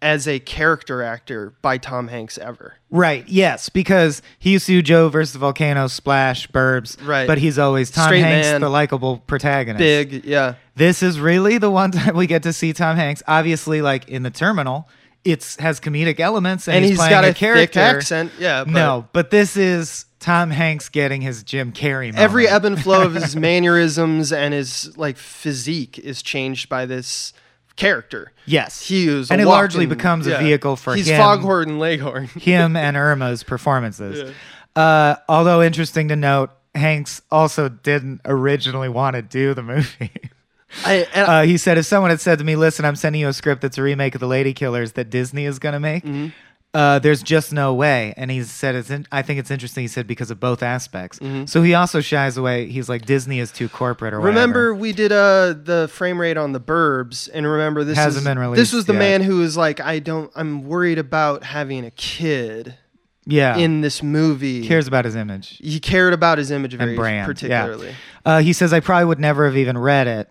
C: as a character actor by Tom Hanks ever.
B: right? Yes, because he used to do Joe versus the Volcano, Splash, Burbs,
C: Right.
B: But he's always Tom
C: Straight
B: Hanks,
C: man.
B: the likable protagonist.
C: Big, yeah.
B: This is really the one [laughs] time we get to see Tom Hanks. Obviously, like in the Terminal, it's has comedic elements, and,
C: And
B: he's,
C: he's
B: playing
C: got
B: a,
C: a thick
B: character
C: accent, yeah, but-
B: no, but this is Tom Hanks getting his Jim Carrey. Moment.
C: Every ebb and flow
B: [laughs]
C: of his mannerisms and his like physique is changed by this character.
B: Yes,
C: He is,
B: and
C: a
B: it largely
C: walking-
B: becomes
C: yeah.
B: a vehicle for
C: He's
B: him,
C: Foghorn and Leghorn.
B: him and Irma's performances. Uh, although interesting to note, Hanks also didn't originally want to do the movie. [laughs]
C: I, and
B: Uh, he said, if someone had said to me, "Listen, I'm sending you a script that's a remake of The Lady Killers that Disney is going to make,"
C: Mm-hmm.
B: uh, there's just no way. And he said, "It's in- I think it's interesting." He said because of both aspects.
C: Mm-hmm.
B: So he also shies away. He's like, Disney is too corporate, or whatever.
C: Remember we did uh the frame rate on the Burbs, and remember this
B: Hasn't
C: is,
B: been
C: This
B: released
C: was the
B: yet.
C: man who was like, I don't, I'm worried about having a kid
B: yeah,
C: in this movie.
B: cares about his image.
C: He cared about his image very
B: and brand
C: particularly.
B: Yeah. Uh, he says I probably would never have even read it,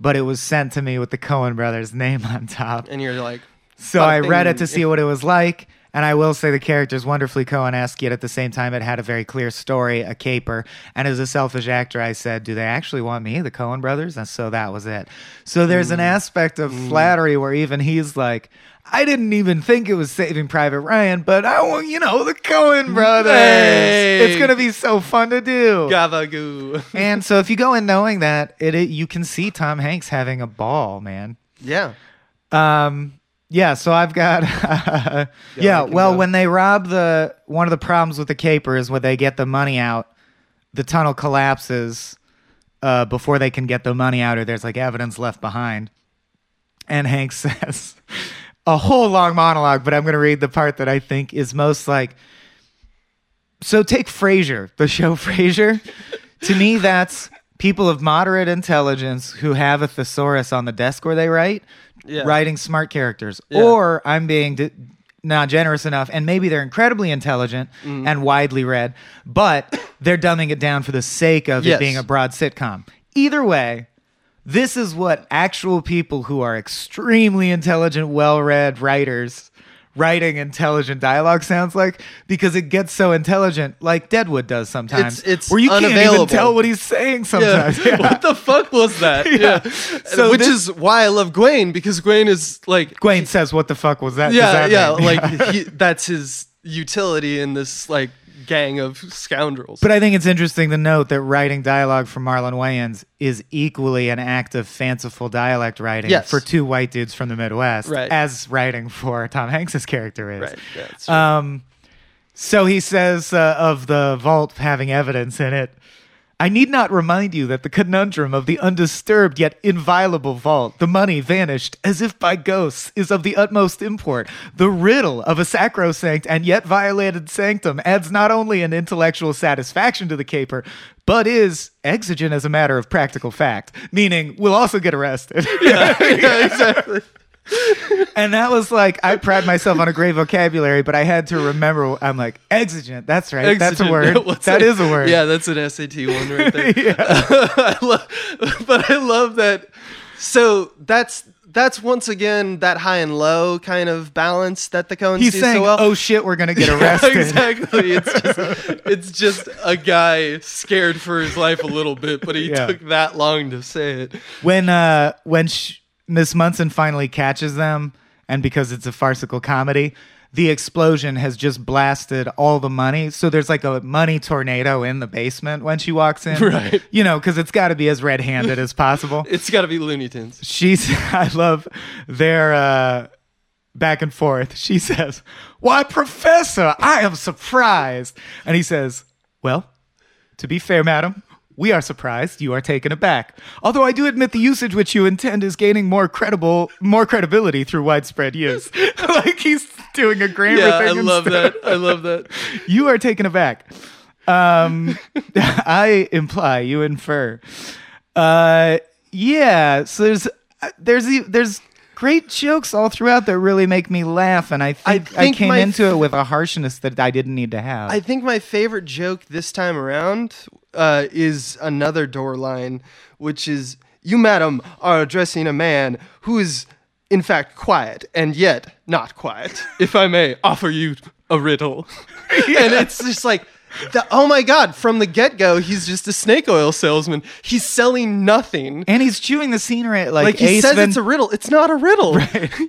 B: but it was sent to me with the Cohen brothers' [laughs] name on top.
C: And you're [laughs] like,
B: So
C: Bada
B: I read it
C: bing.
B: to see what it was like. And I will say the character's wonderfully Cohen-esque, yet at the same time, it had a very clear story, a caper. And as a selfish actor, I said, "Do they actually want me, the Cohen brothers?" And so that was it. So there's
C: Mm.
B: an aspect of flattery where even he's like, "I didn't even think it was Saving Private Ryan, but I want, you know, the Cohen brothers. It's
C: Mm. Hey.
B: gonna be so fun to do."
C: Gavagoo.
B: and so if you go in knowing that, it, it you can see Tom Hanks having a ball, man.
C: yeah.
B: Um, yeah, so I've got [laughs] yeah.
C: we can
B: Well,
C: go.
B: when they rob the one of the problems with the caper is when they get the money out, the tunnel collapses uh, before they can get the money out, or there's like evidence left behind. And Hank [laughs] says a whole long monologue, but I'm going to read the part that I think is most like. So take Frasier, the show Frasier. to me, that's people of moderate intelligence who have a thesaurus on the desk where they write, writing smart characters. Or I'm being d- not generous enough, and maybe they're incredibly intelligent and widely read, but they're dumbing it down for the sake of
C: Yes.
B: it being a broad sitcom. Either way, this is what actual people who are extremely intelligent, well read writers writing intelligent dialogue sounds like because it gets so intelligent, like Deadwood does sometimes.
C: It's- it's
B: where you can't
C: unavailable.
B: even tell what he's saying sometimes. [laughs] Yeah.
C: [laughs]
B: [laughs]
C: What the fuck was that? yeah.
B: So
C: Which
B: this-
C: is why I love Gwen because Gwen is like
B: Gwen says, What the fuck was that? Does
C: yeah,
B: that
C: yeah,
B: mean?" [laughs]
C: like he, that's his utility in this like gang of scoundrels.
B: But I think it's interesting to note that writing dialogue from Marlon Wayans is equally an act of fanciful dialect writing
C: Yes.
B: for two white dudes from the Midwest
C: Right.
B: as writing for Tom Hanks's character is.
C: right, yeah, it's-
B: Um, so he says uh, of the vault having evidence in it. I need not remind you that the conundrum of the undisturbed yet inviolable vault, the money vanished as if by ghosts, is of the utmost import. The riddle of a sacrosanct and yet violated sanctum adds not only an intellectual satisfaction to the caper, but is exigent as a matter of practical fact, meaning we'll also get arrested.
C: [laughs] yeah, exactly.
B: [laughs] And that was like I pride myself on a great vocabulary, but I had to remember. I'm like exigent. That's right. That's a
C: Exigent.
B: word.
C: [laughs] What's
B: that is a word.
C: Yeah, that's an SAT one right [laughs] there.
B: Yeah.
C: I love, but I love that. So that's that's once again that high and low kind of balance that [laughs] the Coens
B: He's
C: do
B: saying,
C: so well.
B: "Oh shit, we're
C: [laughs]
B: gonna get arrested."
C: exactly. It's [laughs] just it's just a guy scared for his life a little bit, but he
B: Yeah.
C: took that long to say it.
B: When uh, when sh- Miss Munson finally catches them, and because it's a farcical comedy, the explosion has just blasted all the money. So there's like a money tornado in the basement when she walks in.
C: [laughs] Right.
B: You know, because it's got to be as red-handed as possible.
C: It's got to be Looney Tunes.
B: she's [laughs] I love their uh, back and forth. She says, "Why, Professor? I am surprised." And he says, "Well, to be fair, madam, We are surprised you are taken aback. Although I do admit the usage which you intend is gaining more credible, more credibility through widespread use. [laughs] like he's doing a grammar
C: Yeah,
B: thing.
C: I love
B: instead.
C: that. I love that.
B: You are taken aback. Um, [laughs] I imply, you infer. Uh, yeah. So there's there's e- there's great jokes all throughout that really make me laugh, and I think I,
C: think
B: came
C: my
B: into it with a harshness that I didn't need to have.
C: I think my favorite joke this time around uh, is another door line, which is You, madam, are addressing a man who is, in fact, quiet and yet not quiet. If I may offer you a riddle. And it's just like, the, oh my God, from the get go, he's just a snake oil salesman. He's selling nothing.
B: and he's chewing the scenery at, like,
C: Like he
B: Ace
C: says,
B: Ven-
C: it's a riddle. It's not a riddle.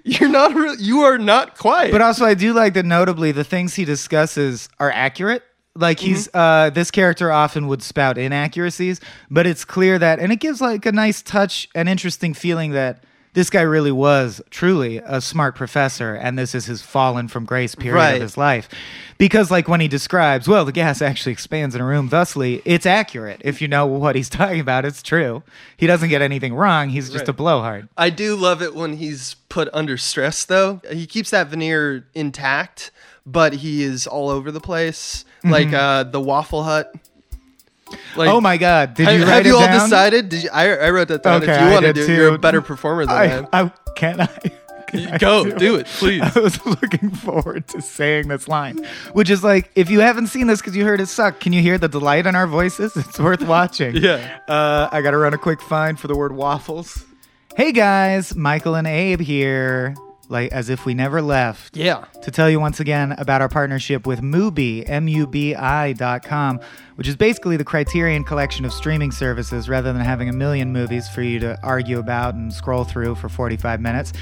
C: You're not. A ri- you are not quiet.
B: But also, I do like that notably the things he discusses are accurate. Like he's
C: Mm-hmm.
B: uh, this character often would spout inaccuracies, but it's clear that, and it gives like a nice touch, an interesting feeling that this guy really was truly a smart professor, and this is his fallen from grace period
C: Right.
B: of his life. Because like when he describes, well, the gas actually expands in a room. Thusly, it's accurate if you know what he's [laughs] talking about. It's true. He doesn't get anything wrong. He's just a blowhard.
C: I do love it when he's put under stress, though. He keeps that veneer intact, but he is all over the place, like uh, the Waffle Hut. Like,
B: Mm-hmm. Oh my God! Did
C: Have
B: you
C: have
B: write it
C: you all
B: down?
C: decided? Did you, I, I wrote that down.
B: Okay,
C: if you
B: I
C: want to
B: did
C: do it, you're a
B: too.
C: better performer than I, am.
B: I, I can I. [laughs] can I
C: Go, do it, please.
B: [laughs] I was looking forward to saying this line, which is like, if you haven't seen this because you heard it suck, can you hear the delight in our voices? [laughs] It's worth watching.
C: [laughs] Yeah.
B: Uh, I got to run a quick find for the word waffles. Hey guys, Michael and Abe here, like as if we never left
C: Yeah.
B: to tell you once again about our partnership with Mubi, M-U-B-I dot com, which is basically the criterion collection of streaming services rather than having a million movies for you to argue about and scroll through for 45 minutes.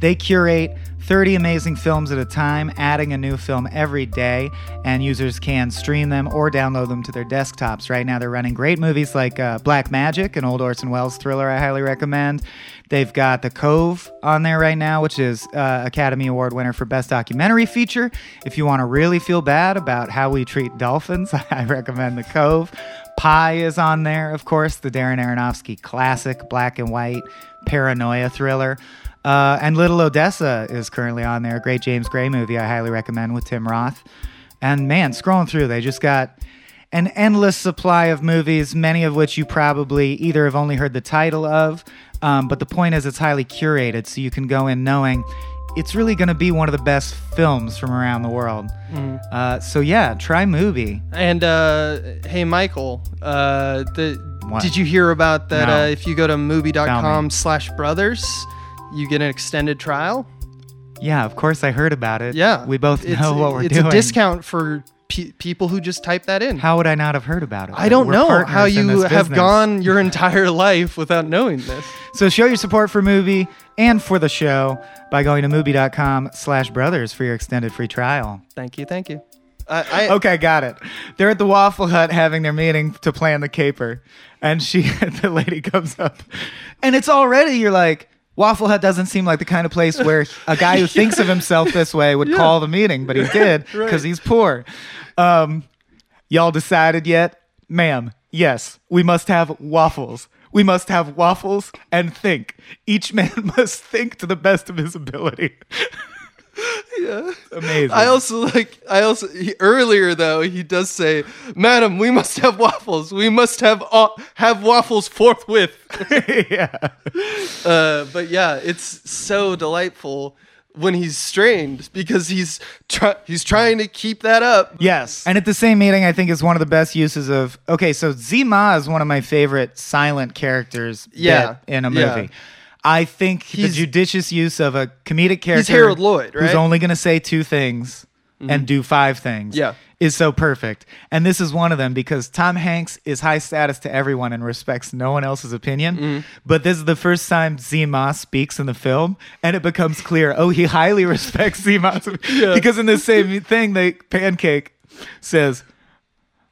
B: They curate 30 amazing films at a time, adding a new film every day, and users can stream them or download them to their desktops. Right now, they're running great movies like uh, Black Magic, an old Orson Welles thriller I highly recommend. They've got The Cove on there right now, which is uh, Academy Award winner for Best Documentary Feature. If you want to really feel bad about how we treat dolphins, [laughs] I recommend The Cove. Pie is on there, of course, the Darren Aronofsky classic, black and white paranoia thriller. Uh, and Little Odessa is currently on there, a great James Gray movie I highly recommend with Tim Roth. And man, scrolling through, they just got an endless supply of movies, many of which you probably either have only heard the title of, um, but the point is it's highly curated, so you can go in knowing it's really going to be one of the best films from around the world.
C: Mm-hmm.
B: Uh, so yeah, try movie.
C: And uh, hey, Michael, uh, the,
B: What?
C: did you hear about that?
B: No.
C: Uh, if you go to
B: Tell me.
C: movie.com slash brothers, you get an extended trial.
B: Yeah, of course I heard about it.
C: Yeah.
B: we both
C: It's-
B: know what we're
C: it's
B: doing.
C: a discount for pe- people who just type that in.
B: How would I not have heard about it?
C: I don't
B: We're
C: know
B: partners
C: how
B: in
C: you
B: this
C: have
B: business. [laughs]
C: gone your entire life without knowing this.
B: So show your support for movie and for the show by going to movie.com slash brothers for your extended free trial.
C: Thank you, thank you. I, I,
B: [laughs] okay, got it. They're at the Waffle Hut having their meeting to plan the caper, and she, [laughs] the lady, comes up, and it's already you're like. Waffle Hut doesn't seem like the kind of place where a guy who thinks of himself this way would call the meeting, but he did because he's poor. Um, y'all decided yet? Ma'am, yes, we must have waffles. We must have waffles and think. Each man [laughs] must think to the best of his ability. yeah. Amazing.
C: I also like. I also he, earlier though he does say, "Madam, we must have waffles. We must have uh, have waffles [laughs] forthwith."
B: [laughs] yeah.
C: Uh, but yeah, it's so delightful when he's strained because he's try- he's trying to keep that up.
B: Yes. And at the same meeting, I think is one of the best uses of. Okay, so Zima is one of my favorite silent characters
C: Yeah.
B: bit in a
C: Yeah.
B: movie. I think
C: He's-
B: the judicious use of a comedic character.
C: Harold Lloyd, right?
B: Who's only going to say two things and do five things.
C: Yeah.
B: Is so perfect. And this is one of them because Tom Hanks is high status to everyone and respects no one else's opinion. But this is the first time Zima speaks in the film, and it becomes clear oh, he highly [laughs] respects Zima's opinion. Because in this same thing, they Pancake says,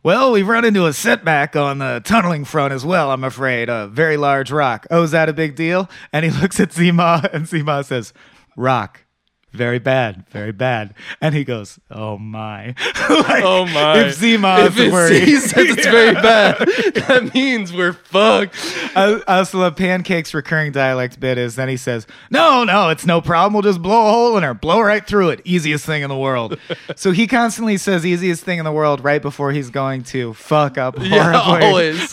B: well, we've run into a setback on the tunneling front as well, I'm afraid. A very [laughs] large rock. Oh, is that a big deal? And he looks at Zima, and Zima says, Rock, very bad, very bad. And he goes, oh my. [laughs] Like,
C: Oh my!
B: If Zima
C: if
B: is
C: it
B: worried.
C: sees that it's [laughs] very bad, that means we're fucked.
B: I, I also love Pancake's recurring dialect bit is then he says, No, no, it's no problem. We'll just blow a hole in her, blow right through it. Easiest thing in the
C: [laughs]
B: world. so he constantly says, Easiest thing in the world right before he's going to fuck up horribly.
C: Yeah, always.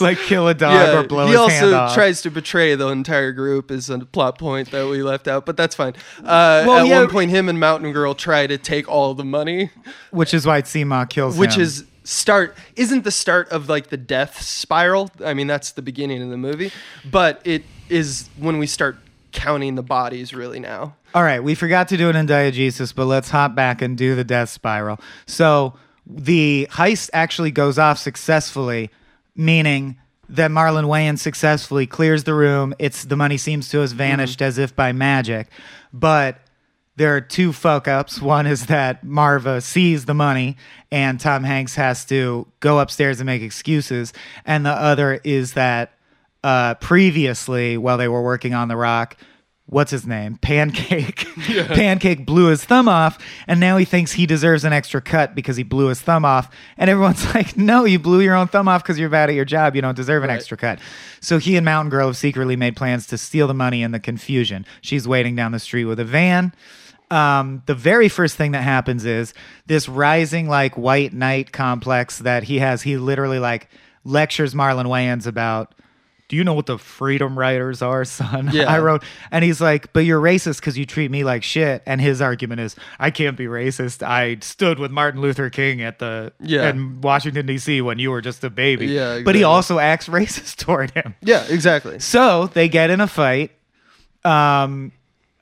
B: [laughs] Like kill a dog
C: Yeah,
B: or blow
C: he
B: his hand
C: also
B: off.
C: tries to betray the entire group is a plot point that we left out, but that's fine. Uh,
B: Well,
C: at
B: yeah.
C: one point, him and Mountain Girl try to take all the money,
B: which is why Seema kills
C: which
B: him.
C: is start isn't the start of like the death spiral. I mean, that's the beginning of the movie, but it is when we start counting the bodies really now.
B: All right, we forgot to do an indiagesis, but let's hop back and do the death spiral. So the heist actually goes off successfully, meaning that Marlon Wayans successfully clears the room. It's the money seems to have vanished as if by magic, but there are two fuck ups. One is that Marva sees the money and Tom Hanks has to go upstairs and make excuses, and the other is that uh, previously while they were working on The Rock, what's his name? Pancake. [laughs] Pancake blew his thumb off, and now he thinks he deserves an extra cut because he blew his thumb off. And everyone's [laughs] like, no, you blew your own thumb off because you're bad at your job. You don't deserve an extra cut. So he and Mountain Girl have secretly made plans to steal the money in the confusion. She's waiting down the street with a van um, the very first thing that happens is this rising like white knight complex that he has. He literally like lectures Marlon Wayans about. Do you know what the freedom riders are, son? [laughs]
C: Yeah.
B: I wrote, and he's like, "But you're racist because you treat me like shit." And his argument is, "I can't be racist. I stood with Martin Luther King at the
C: Yeah.
B: in Washington D.C. when you were just a baby."
C: Yeah,
B: but he
C: exactly.
B: also acts [laughs] racist toward him.
C: Yeah, exactly.
B: So they get in a fight, um,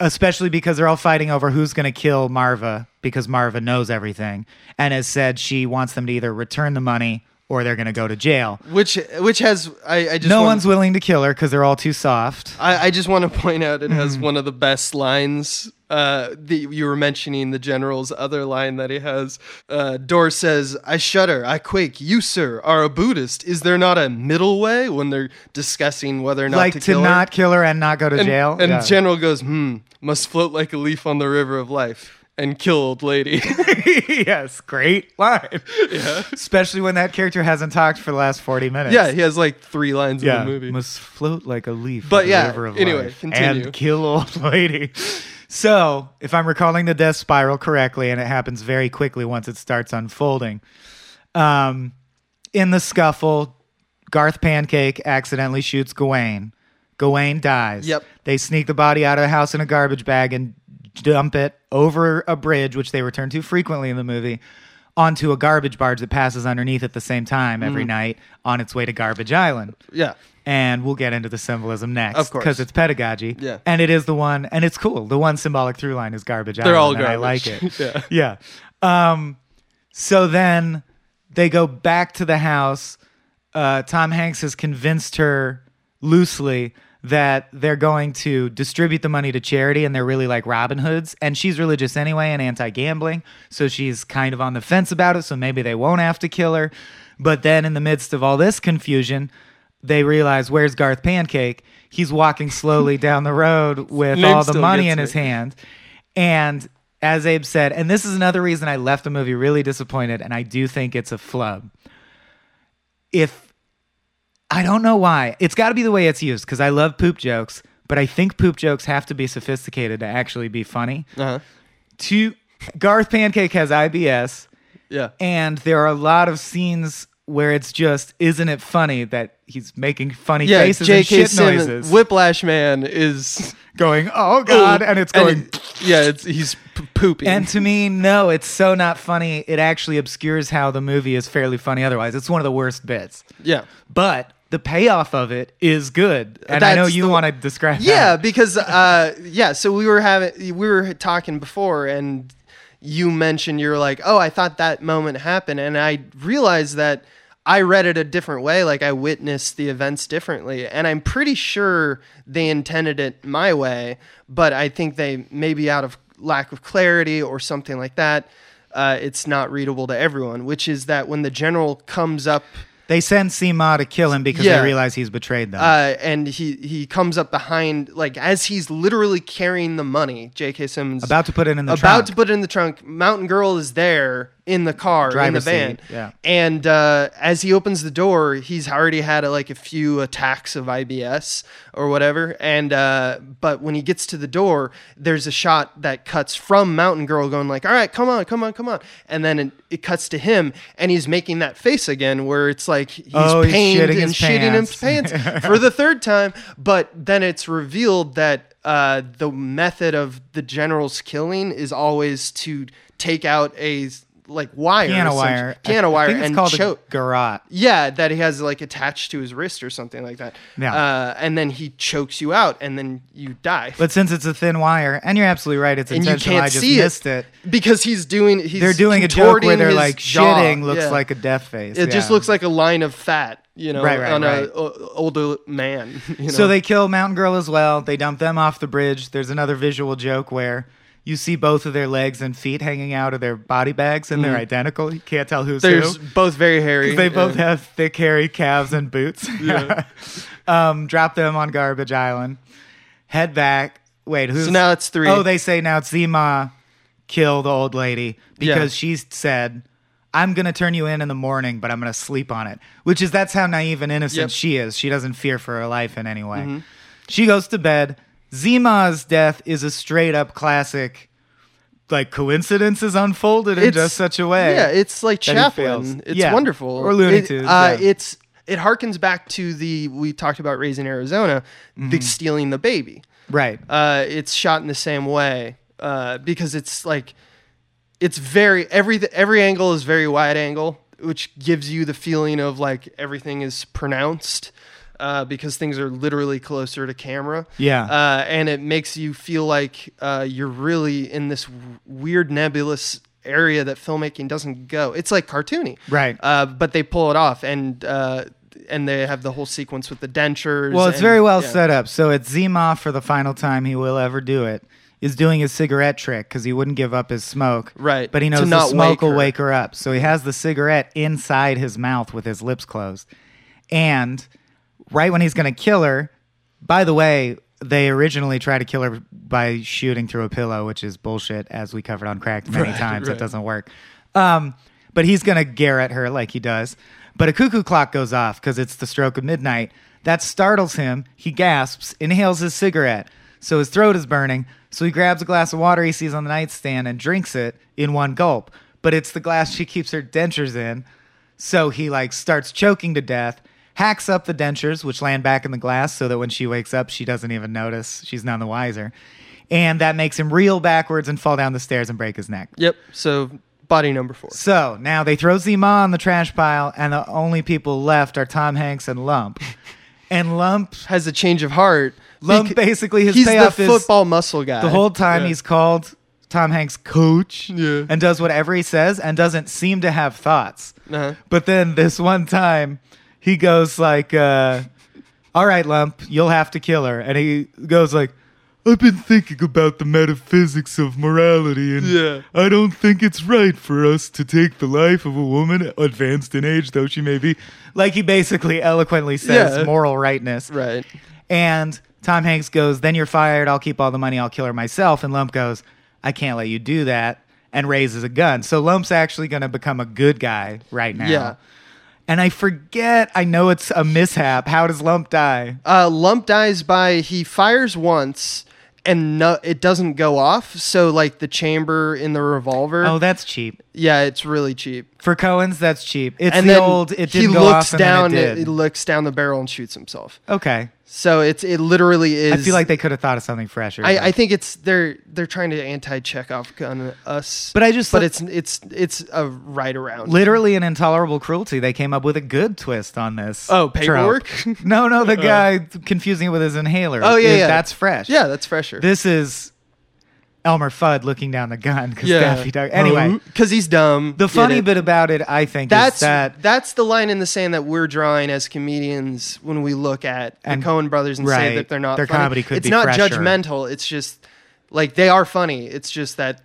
B: especially because they're all fighting over who's going to kill Marva because Marva knows everything and has said she wants them to either return the money or they're going to go to jail.
C: Which which has I, I just
B: No
C: wanna-
B: one's willing to kill her because they're all too soft.
C: I, I just want to point out it has
B: Hmm.
C: one of the best lines. Uh, the, you were mentioning the general's other line that he has. Uh, Dor says, "I shudder, I quake. You, sir, are a Buddhist. Is there not a middle way?" When they're discussing whether or not
B: like
C: to,
B: to,
C: kill her.
B: not kill her and not go to
C: and,
B: jail.
C: And
B: Yeah.
C: general goes, "Hmm, must float like a leaf on the river of life and kill old lady."
B: [laughs]
C: [laughs]
B: yes, great line. Especially when that character hasn't talked for the last 40 minutes.
C: yeah, he has like three lines in the movie.
B: Must float like a leaf.
C: But
B: in the
C: yeah,
B: river of
C: anyway,
B: life
C: continue.
B: And kill old [laughs] lady. So, if I'm recalling the death spiral correctly, and it happens very quickly once it starts unfolding, um, in the scuffle, Garth Pancake accidentally shoots Gawain. Gawain dies.
C: Yep.
B: They sneak the body out of the house in a garbage bag and dump it over a bridge, which they return to frequently in the movie, onto a garbage barge that passes underneath at the same time
C: Mm.
B: every night on its way to Garbage Island.
C: yeah,
B: And we'll get into the symbolism next.
C: Of course.
B: Because it's pedagogy.
C: Yeah.
B: And it is the one, and it's cool. The one symbolic through line is Garbage
C: they're all
B: Island.
C: garbage.
B: And Oh, I like it.
C: [laughs] yeah.
B: yeah. Um, so then they go back to the house. Uh, Tom Hanks has convinced her loosely that they're going to distribute the money to charity and they're really like Robin Hoods. And she's religious anyway and anti gambling. So she's kind of on the fence about it. So maybe they won't have to kill her. But then in the midst of all this confusion, they realize where's Garth Pancake? He's walking
C: [laughs]
B: slowly down the road with
C: Name
B: all the
C: still
B: money
C: gets
B: in
C: me.
B: his hand. And as Abe said, and this is another reason I left the movie really disappointed, and I do think it's a flub. If I don't know why, it's got to be the way it's used because I love poop jokes, but I think poop jokes have to be sophisticated to actually be funny.
C: Uh-huh.
B: To Garth Pancake has IBS,
C: Yeah.
B: and there are a lot of scenes where it's just, isn't it funny that he's making funny
C: Yeah,
B: faces and
C: J.K.
B: shit
C: Simmons,
B: noises,
C: Whiplash Man is
B: going, oh god, and it's going.
C: it- yeah, it's he's p- pooping.
B: And to me, no, it's so not funny. It actually obscures how the movie is fairly funny otherwise. It's one of the worst bits.
C: yeah,
B: But the payoff of it is good. And I know
C: That's
B: you
C: the-
B: want to describe
C: yeah,
B: that.
C: because uh, yeah. So we were having we were talking before, and you mentioned you were like, oh, I thought that moment happened, and I realized that I read it a different way. Like I witnessed the events differently, and I'm pretty sure they intended it my way, but I think they maybe out of lack of clarity or something like that. Uh, it's not readable to everyone, which is that when the general comes up
B: They send Sema to kill him because
C: Yeah.
B: they realize he's betrayed them.
C: Uh, and he he comes up behind like as he's literally carrying the money. J.K. Simmons
B: about to put it in the
C: about
B: trunk.
C: to put it in the trunk. Mountain Girl is there in the car in the
B: Driver's
C: van.
B: seat, yeah.
C: And uh, as he opens the door, he's already had uh, like a few attacks of IBS or whatever. And uh, but when he gets to the door, there's a shot that cuts from Mountain Girl going like, "All right, come on, come on, come on," and then it, it cuts to him, and he's making that face again where it's like he's
B: Oh, he's
C: pained
B: shitting
C: and
B: his
C: shitting his
B: pants. [laughs]
C: pants for the third time. But then it's revealed that uh, the method of the general's killing is always to take out a like wire,
B: piano
C: essentially-
B: wire.
C: piano
B: I
C: wire,
B: think it's
C: and
B: called
C: choke.
B: a garrote.
C: yeah, that he has like attached to his wrist or something like that.
B: Yeah.
C: Uh, and then he chokes you out, and then you die. [laughs]
B: But since it's a thin wire, and you're absolutely right, it's
C: and you
B: intentional.
C: can't
B: I just
C: see
B: missed it.
C: because he's doing. He's
B: They're doing a joke where
C: contorting
B: they're
C: his
B: like
C: jaw.
B: shitting looks
C: Yeah.
B: like a death face.
C: It just
B: yeah.
C: looks like a line of fat, you know,
B: Right, right,
C: on
B: right.
C: a o- older man. [laughs] you know?
B: So they kill Mountain Girl as well. They dump them off the bridge. There's another visual joke where you see both of their legs and feet hanging out of their body bags, and they're identical. You can't tell who's
C: Mm-hmm. There's
B: who.
C: both very
B: [laughs]
C: hairy.
B: They both
C: yeah.
B: have thick, hairy calves and boots. [laughs] um, drop them on garbage island. Head back. Wait, who's
C: So now it's three.
B: Oh, they say now Zima kill the old lady because she said, I'm going to turn you in in the morning, but I'm going to sleep on it. Which is that's how naive and innocent
C: Yep. Mm-hmm.
B: she is. She doesn't fear for her life in any way. She goes to bed. Zima's death is a straight up classic. Like coincidence is unfolded in
C: It's-
B: just such a way.
C: Yeah, it's like
B: that he fails.
C: Chaplin. It's
B: Yeah.
C: wonderful.
B: Or Looney
C: It-
B: Tunes,
C: uh,
B: yeah.
C: It's it harkens back to the we talked about raising Arizona,
B: Mm-hmm.
C: the stealing the baby.
B: right.
C: Uh, it's shot in the same way uh, because it's like it's very every every angle is very wide angle, which gives you the feeling of like everything is pronounced. Uh, because things are literally closer to camera.
B: Yeah.
C: Uh, and it makes you feel like uh, you're really in this w- weird nebulous area that filmmaking doesn't go. It's like cartoony.
B: Right.
C: Uh, but they pull it off and uh, and they have the whole sequence with the dentures.
B: Well, it's
C: and-
B: very well
C: yeah.
B: set up. So it's Zima for the final time he will ever do it. Is doing his cigarette trick because he wouldn't give up his smoke.
C: Right.
B: But he
C: To
B: knows the
C: not
B: smoke
C: wake
B: will
C: her.
B: wake her up. So he has the cigarette inside his mouth with his lips closed. And right when he's going to kill her, by the way, they originally try to kill her by shooting through a pillow, which is bullshit, as we covered on Cracked many times. It doesn't work. Um, but he's going to garrot her like he does. But a cuckoo clock goes off because it's the stroke of midnight. That startles him. He gasps, inhales his cigarette. So his throat is burning. So he grabs a glass of water he sees on the nightstand and drinks it in one gulp. But it's the glass she keeps her dentures in. So he like starts choking to death, hacks up the dentures, which land back in the glass, so that when she wakes up, she doesn't even notice. She's none the wiser, and that makes him reel backwards and fall down the stairs and break his neck.
C: Yep. So body number four.
B: So now they throw Zima on the trash pile, and the only people left are Tom Hanks and
C: [laughs]
B: Lump. And Lump,
C: Has a change of heart.
B: Lump
C: Beca-
B: basically his
C: he's the
B: payoff is
C: football muscle guy.
B: the whole time
C: Yeah.
B: he's called Tom Hanks coach
C: Yeah.
B: and does whatever he says and doesn't seem to have thoughts.
C: Uh-huh.
B: But then this one time he goes like uh, all right lump, you'll have to kill her and he goes like I've been thinking about the metaphysics of morality and
C: Yeah.
B: I don't think it's right for us to take the life of a woman advanced in age though she may be like he basically eloquently says
C: Yeah.
B: moral rightness.
C: right.
B: And Tom Hanks goes, Then you're fired. I'll keep all the money. I'll kill her myself. And Lump goes, I can't let you do that. And raises a gun. So Lump's actually going to become a good guy right now.
C: Yeah.
B: And I forget, I know it's a mishap. How does Lump die?
C: Uh, Lump dies by he fires once and no, it doesn't go off. So like the chamber in the revolver.
B: Oh, that's cheap.
C: yeah, it's really cheap.
B: For Cohen's, that's cheap. It's
C: and
B: the
C: then
B: old, it didn't
C: he
B: go off
C: looks
B: and then
C: down.
B: it did.
C: He looks down the barrel and shoots himself.
B: okay.
C: So it's it literally is.
B: I feel like they could have thought of something fresher.
C: I,
B: but-
C: I think it's they're they're trying to anti Chekhov gun us.
B: But I just-
C: but it's it's it's a right around.
B: literally an intolerable cruelty. They came up with a good twist on this.
C: Oh,
B: trope.
C: paperwork?
B: no, no,
C: [laughs]
B: the guy confusing it with his inhaler.
C: oh yeah,
B: It-
C: yeah,
B: that's fresh.
C: Yeah, that's fresher.
B: This is Elmer Fudd looking down the gun because Daffy Duck. Anyway,
C: because he's dumb.
B: the
C: Oh. Get
B: funny
C: it.
B: bit about it, I think,
C: That's
B: is that
C: that's the line in the sand that we're drawing as comedians when we look at
B: And-
C: the Cohen brothers and say
B: right.
C: that they're not
B: Their
C: funny.
B: comedy could
C: it's
B: be
C: not
B: fresher.
C: judgmental. It's just like they are funny. It's just that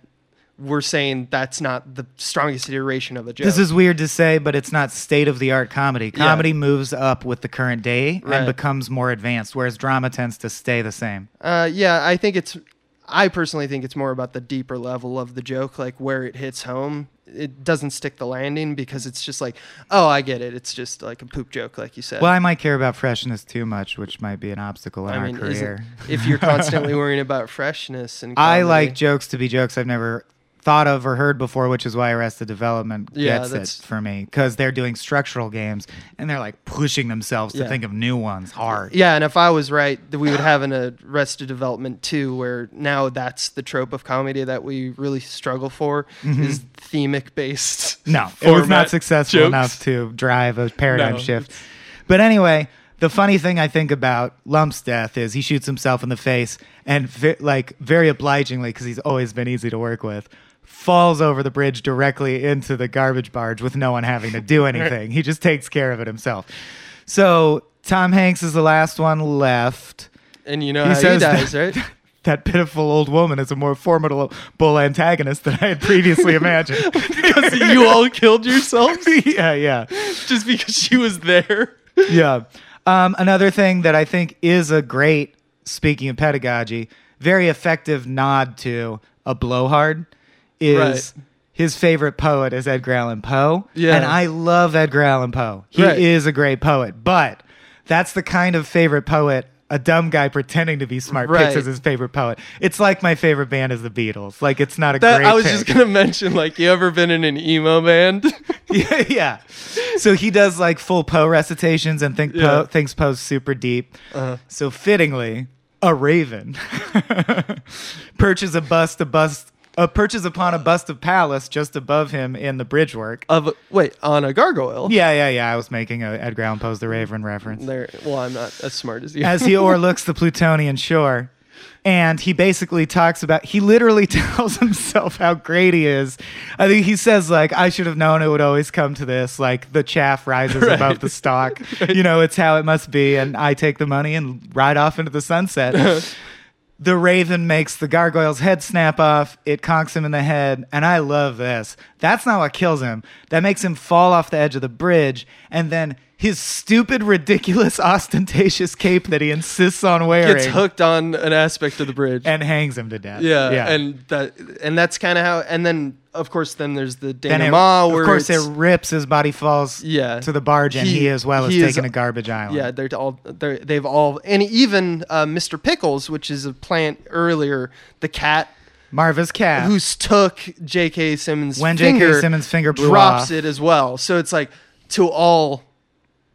C: we're saying that's not the strongest iteration of a joke.
B: This is weird to say, but it's not state of the art comedy. Comedy moves up with the current day
C: Right.
B: and becomes more advanced, whereas drama tends to stay the same.
C: uh, yeah, I think it's. I personally think it's more about the deeper level of the joke, like where it hits home. It doesn't stick the landing because it's just like, oh, I get it. It's just like a poop joke, like you said.
B: Well, I might care about freshness too much, which might be an obstacle in
C: I
B: our
C: mean, isn't-
B: career.
C: if you're
B: [laughs]
C: constantly worrying about freshness and
B: I
C: comedy-
B: like jokes to be jokes I've never thought of or heard before, which is why Arrested Development
C: Yeah,
B: gets
C: that's-
B: it for me because they're doing structural games and they're like pushing themselves
C: Yeah.
B: to think of new ones hard.
C: Yeah, and if I was right, th- we would have an Arrested Development too, where now that's the trope of comedy that we really struggle for is themic based.
B: [laughs] No, it was not
C: format
B: successful
C: jokes.
B: enough to drive a paradigm
C: No.
B: shift. But anyway, the funny thing I think about Lump's death is he shoots himself in the face and ve- like very obligingly because he's always been easy to work with. Falls over the bridge directly into the garbage barge with no one having to
C: [laughs]
B: do anything. He just takes care of it himself. So Tom Hanks is the last one left.
C: And you know
B: He
C: how
B: says
C: he dies,
B: that-
C: right?
B: That pitiful old woman is a more formidable antagonist than I had
C: [laughs]
B: previously imagined.
C: [laughs] Because [laughs] you all killed yourselves
B: [laughs] yeah, yeah.
C: [laughs] just because she was there.
B: yeah. Um, another thing that I think is a great, speaking of pedagogy, very effective nod to a blowhard is
C: Right.
B: his favorite poet is Edgar Allan Poe.
C: Yeah.
B: And I love Edgar Allan Poe. He
C: Right.
B: is a great poet, but that's the kind of favorite poet a dumb guy pretending to be smart
C: Right.
B: picks as his favorite poet. It's like my favorite band is the Beatles. Like it's not a
C: That
B: great
C: I was
B: pick.
C: just gonna mention, like, you ever been in an emo [laughs] band?
B: [laughs] yeah, yeah. So he does like full Poe recitations and think
C: Yeah.
B: Poe, thinks Poe's super deep. So fittingly, a raven [laughs] perches a bust a bust uh, perches upon a bust of Pallas just above him in the bridge work.
C: of wait, on a gargoyle.
B: yeah, yeah, yeah. I was making a Edgar Allan Poe's The Raven reference
C: There. Well, I'm not as smart as you.
B: as he overlooks the Plutonian shore. And he basically talks about, he literally [laughs] tells himself how great he is. I think he says, like, I should have known it would always come to this. Like, the chaff rises above the stalk. You know, it's how it must be. And I take the money and ride off into the sunset. the raven makes the gargoyle's head snap off. It conks him in the head. And I love this. That's not what kills him. That makes him fall off the edge of the bridge. And then his stupid, ridiculous, [laughs] ostentatious cape that he insists on wearing
C: gets hooked on an aspect of the bridge.
B: and hangs him to death.
C: Yeah, and that and that's kind of how. And then of course, then there's the
B: Then it,
C: denouement where
B: of course,
C: it's-
B: it rips his body, falls
C: Yeah.
B: to the barge, and
C: He-
B: he, as well is
C: he is-
B: taken to garbage island.
C: yeah, they're all they're, they've all and even uh, Mr. Pickles, which is a plant earlier, the cat
B: Marva's cat.
C: who took J.K. Simmons
B: When J.K.
C: finger,
B: Simmons' finger blew
C: drops
B: off.
C: it as well. So it's like to all.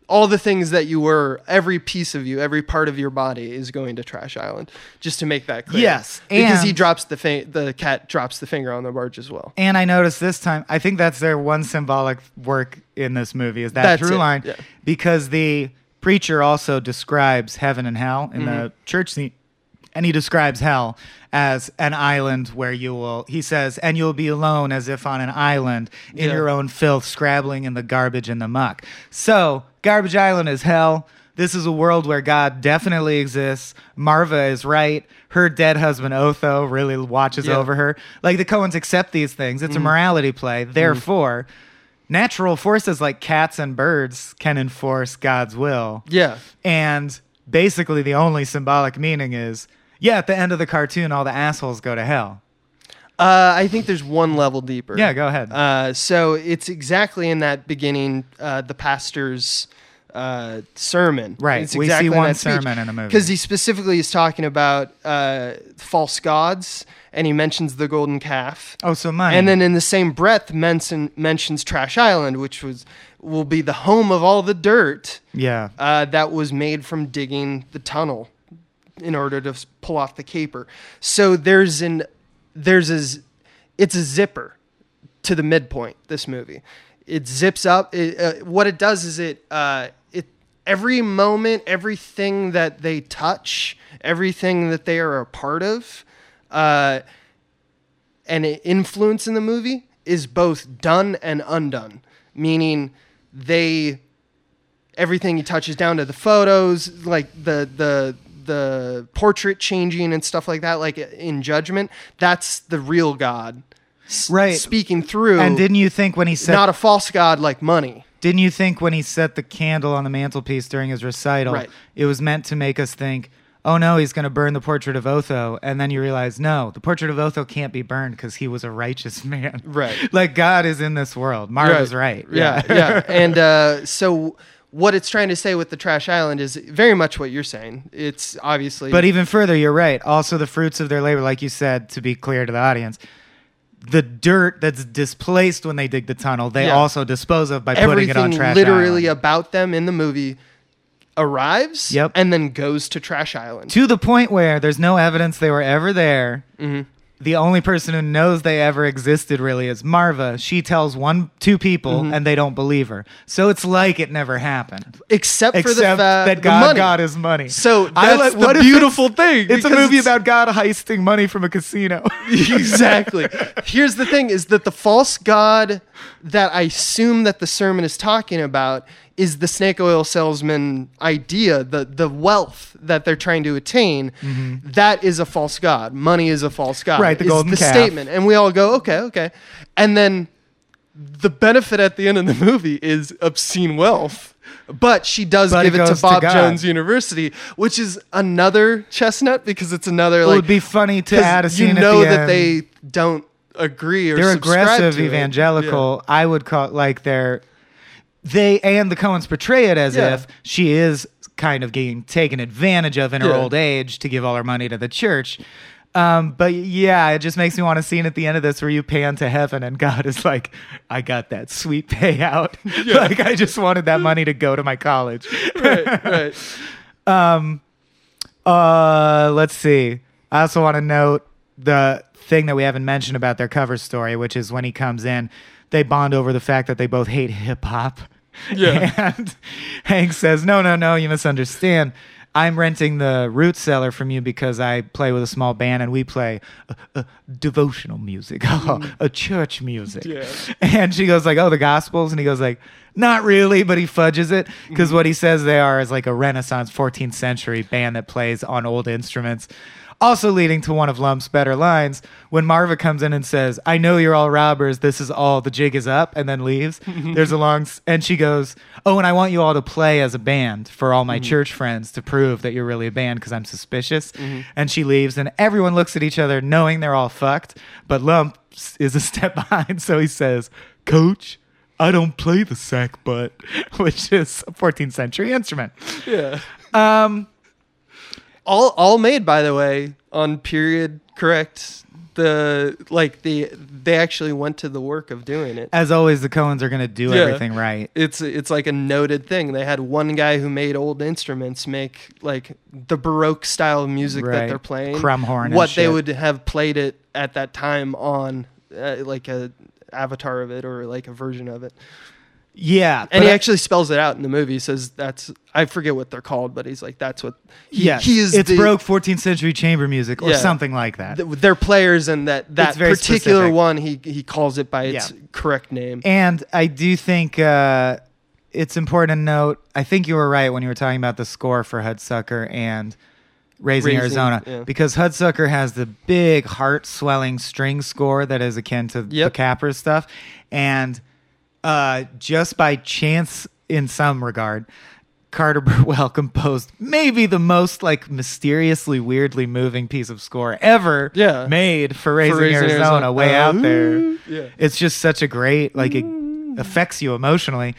C: All the things that you were, every piece of you, every part of your body is going to Trash Island. Just to make that clear,
B: Yes,
C: because he
B: and-
C: drops the fa- the cat drops the finger on the barge as well.
B: And I noticed this time, I think that's their one symbolic work in this movie is that
C: That's
B: through
C: it,
B: line
C: yeah.
B: because the preacher also describes heaven and hell in the
C: Mm-hmm.
B: church scene. And he describes hell as an island where you will, he says, and you'll be alone as if on an island in
C: Yeah.
B: your own filth, scrabbling in the garbage and the muck. So, Garbage Island is hell. This is a world where God definitely exists. Marva is right. Her dead husband, Otho, really watches
C: Yeah. Mm-hmm.
B: over her her. Like the Coens accept these things. It's a morality play. Therefore, natural forces like cats and birds can enforce God's will.
C: Yeah,
B: And basically, the only symbolic meaning is yeah, at the end of the cartoon, all the assholes go to hell.
C: Uh, I think there's one level deeper.
B: Yeah, go ahead.
C: Uh, so it's exactly in that beginning, uh, the pastor's uh, sermon.
B: Right,
C: It's
B: we see
C: exactly
B: one sermon in a movie.
C: because he specifically is talking about uh, false gods, and he mentions the golden calf.
B: oh, so mine.
C: And then in the same breath, mention, mentions Trash Island, which was will be the home of all the dirt
B: yeah.
C: uh, that was made from digging the tunnel in order to s- pull off the caper. So there's an there's a z- it's a zipper to the midpoint. This movie it zips up. It, uh, what it does is it uh, it every moment, everything that they touch, everything that they are a part of. Uh, and i- influence in the movie is both done and undone, meaning they everything he touches down to the photos, like the the the portrait changing and stuff like that, like in Judgment. That's the real God. s-
B: Right.
C: speaking through
B: And didn't you think when he said
C: not a false god like money.
B: Didn't you think when he set the candle on the mantelpiece during his recital,
C: Right.
B: it was meant to make us think, oh no, he's going to burn the portrait of Otho? And then you realize, no, the portrait of Otho can't be burned because he was a righteous [laughs] man.
C: Right.
B: like God is in this world. Mara was right.
C: Yeah,
B: [laughs]
C: yeah. And uh, so what it's trying to say with the trash island is very much what you're saying. It's obviously
B: But even further, you're right. Also, the fruits of their labor, like you said, to be clear to the audience, the dirt that's displaced when they dig the tunnel, they
C: Yeah.
B: also dispose of by putting it
C: everything
B: on trash.
C: literally
B: island.
C: about them in the movie arrives
B: Yep.
C: and then goes to trash island.
B: to the point where there's no evidence they were ever there.
C: Mm-hmm.
B: The only person who knows they ever existed really is Marva. She tells one two people and they don't believe her. So it's like it never happened.
C: except, Mm-hmm. for the
B: Except
C: fa-
B: that
C: the
B: God
C: money.
B: got his money.
C: So
B: I
C: that's
B: like-
C: the
B: what if
C: beautiful
B: it's-
C: thing.
B: It's a
C: because
B: movie about God heisting money from a
C: [laughs]
B: casino.
C: exactly. Here's the thing is that the false god that I assume that the sermon is talking about is the snake oil salesman idea, the the wealth that they're trying to attain. That is a false god. Money is a false god.
B: Mm-hmm. Right, the
C: is
B: golden
C: the
B: calf.
C: statement. And we all go, okay, okay. And then the benefit at the end of the movie is obscene wealth. But she does
B: But
C: give
B: it
C: it, to
B: goes to
C: Bob
B: God.
C: Jones University, which is another chestnut because it's another
B: it
C: like
B: would be funny to
C: 'Cause
B: add a scene
C: you
B: at
C: know
B: the
C: that
B: end.
C: they don't agree or
B: they're
C: subscribe
B: aggressive
C: to it.
B: evangelical. I would call like they're they and the Cohens portray it as
C: Yeah.
B: if she is kind of getting taken advantage of in her
C: Yeah.
B: old age to give all her money to the church. Um, but yeah, it just makes me want a scene at the end of this where you pan to heaven and God is like, I got that sweet payout. [laughs] like I just wanted that money to go to my college.
C: Yeah. [laughs] Right.
B: Uh, let's see. I also want to note the thing that we haven't mentioned about their cover story, which is when he comes in, they bond over the fact that they both hate hip hop.
C: Yeah.
B: [laughs] And Hank says, "No, no, no, you misunderstand. I'm renting the root cellar from you because I play with a small band and we play uh, uh, devotional music, [laughs] a church music."
C: Yeah.
B: And she goes like, "Oh, the Gospels," and he goes like, "Not really," but he fudges it because what he says they are is like a Renaissance 14th century band that plays on old instruments. Also leading to one of Lump's better lines when Marva comes in and says, "I know you're all robbers. This is all. The jig is up," and then leaves. There's a long s- and she goes, "Oh, and I want you all to play as a band for all my
C: Mm-hmm.
B: church friends to prove that you're really a band because I'm suspicious."
C: Mm-hmm.
B: And she leaves, and everyone looks at each other, knowing they're all fucked. But Lump s- is a [laughs] step behind, so he says, "Coach, I don't play the sack butt," [laughs] which is a 14th century instrument.
C: Yeah.
B: Um,
C: All all made by the way on period correct. The like the they actually went to the work of doing it.
B: as always, the Cohens are gonna do
C: Yeah.
B: everything right.
C: It's it's like a noted thing. They had one guy who made old instruments make like the baroque style of music
B: Right.
C: that they're playing.
B: Crumhorn and
C: What they
B: shit.
C: would have played it at that time on uh, like a avatar of it or like a version of it.
B: Yeah,
C: and
B: but
C: he
B: I-
C: actually spells it out in the movie. He says that's I forget what they're called, but he's like that's what he,
B: yes,
C: he is.
B: it's
C: the-
B: broke 14th century chamber music or
C: Yeah.
B: something like that.
C: th- their players and that that
B: It's very
C: particular
B: specific.
C: one he he calls it by its
B: Yeah.
C: correct name.
B: and I do think uh, it's important to note. I think you were right when you were talking about the score for Hudsucker and Raising,
C: Raising,
B: Arizona
C: yeah.
B: because Hudsucker has the big heart swelling string score that is akin to
C: Yep.
B: the Capra stuff, and uh, just by chance in some regard. Carter [laughs] Burwell composed maybe the most like mysteriously weirdly moving piece of score ever
C: Yeah.
B: made for Raising,
C: Raising
B: Arizona,
C: Arizona.
B: way out there.
C: Ooh. Yeah.
B: It's just such a great like it affects you emotionally.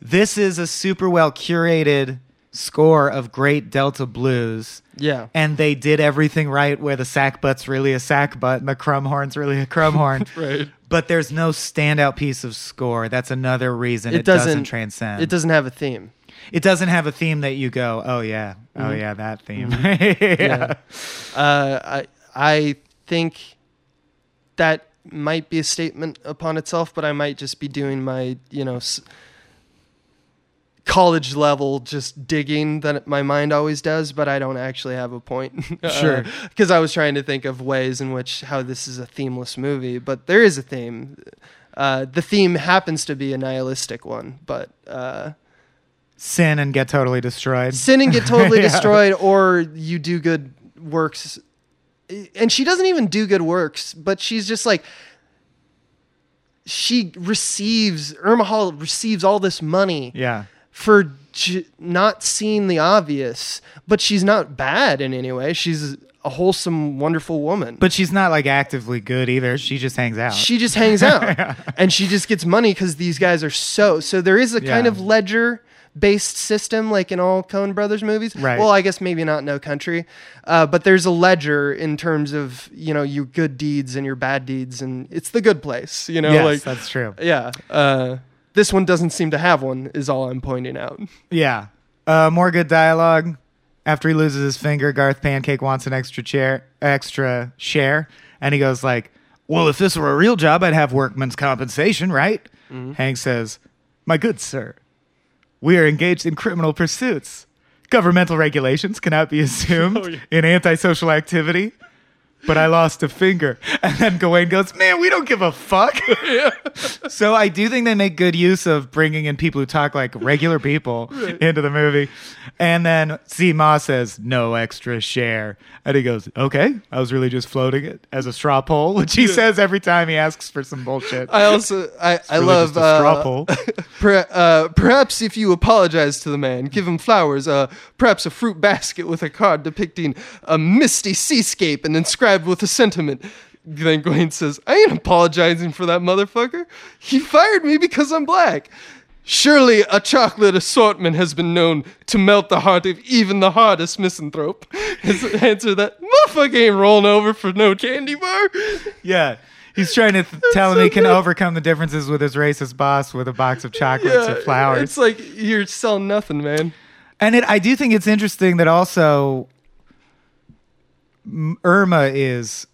B: This is a super well curated score of great Delta blues.
C: yeah,
B: And they did everything right where the sack butt's really a sack butt and the crumb horn's really a crumb horn.
C: [laughs] Right.
B: But there's no standout piece of score. That's another reason it, doesn't, transcend.
C: It doesn't have a theme.
B: It doesn't have a theme that you go, oh yeah, oh
C: Mm-hmm.
B: yeah, that theme. [laughs] yeah.
C: Uh, I I think that might be a statement upon itself, but I might just be doing my you know s- college level just digging that my mind always does, but I don't actually have a point. [laughs]
B: Uh-uh. Sure.
C: because I was trying to think of ways in which how this is a themeless movie, but there is a theme. Uh, the theme happens to be a nihilistic one, but. Uh,
B: Sin and get totally destroyed.
C: sin and
A: [laughs]
C: get
B: [laughs]
C: totally
B: Yeah.
C: destroyed or you do good works and she doesn't even do good works but she's just like she receives Irma Hall receives all this money
B: Yeah.
C: for j- not seeing the obvious, but she's not bad in any way. She's a wholesome, wonderful woman.
B: But she's not like actively good either. She just hangs out.
C: she just
B: [laughs]
C: hangs out and she just gets money because these guys are so. So there is a kind
B: Yeah.
C: of ledger based system like in all Coen Brothers movies.
B: Right.
C: Well, I guess maybe not No Country, uh, but there's a ledger in terms of you know your good deeds and your bad deeds, and it's the good place. You know,
B: yes,
C: like
B: that's true.
C: yeah. Uh, this one doesn't seem to have one. Is all I'm pointing out.
B: Yeah. Uh, more good dialogue. After he loses his finger, Garth Pancake wants an extra chair, extra share, and he goes like, "Well, if this were a real job, I'd have workman's compensation, right?"
C: Mm-hmm.
B: Hank says, "My good sir, we are engaged in criminal pursuits. Governmental regulations cannot be assumed in antisocial activity." But I lost a finger, [laughs] and then Gawain goes, "Man, we don't give a fuck." [laughs] So I do think they make good use of bringing in people who talk like regular people into the movie. And then C. Ma says, no extra share. And he goes, okay, I was really just floating it as a straw poll, [laughs] which he says every time he asks for some bullshit.
C: I also I, I
B: Really
C: love
B: just a straw
C: uh, [laughs]
B: poll.
C: Per, uh, perhaps if you apologize to the man, give him flowers, uh, perhaps a fruit basket with a card depicting a misty seascape and inscribed with a sentiment. Then Gawain says, I ain't apologizing for that motherfucker. He fired me because I'm black. Surely a chocolate assortment has been known to melt the heart of even the hardest misanthrope. [laughs] His answer that motherfucker ain't rolling over for no candy bar.
B: yeah. He's trying to th- tell him
C: so
B: he can
C: good.
B: overcome the differences with his racist boss with a box of chocolates or flowers.
C: Uh, It's like you're selling nothing, man.
B: And it, I do think it's interesting that also M- Irma is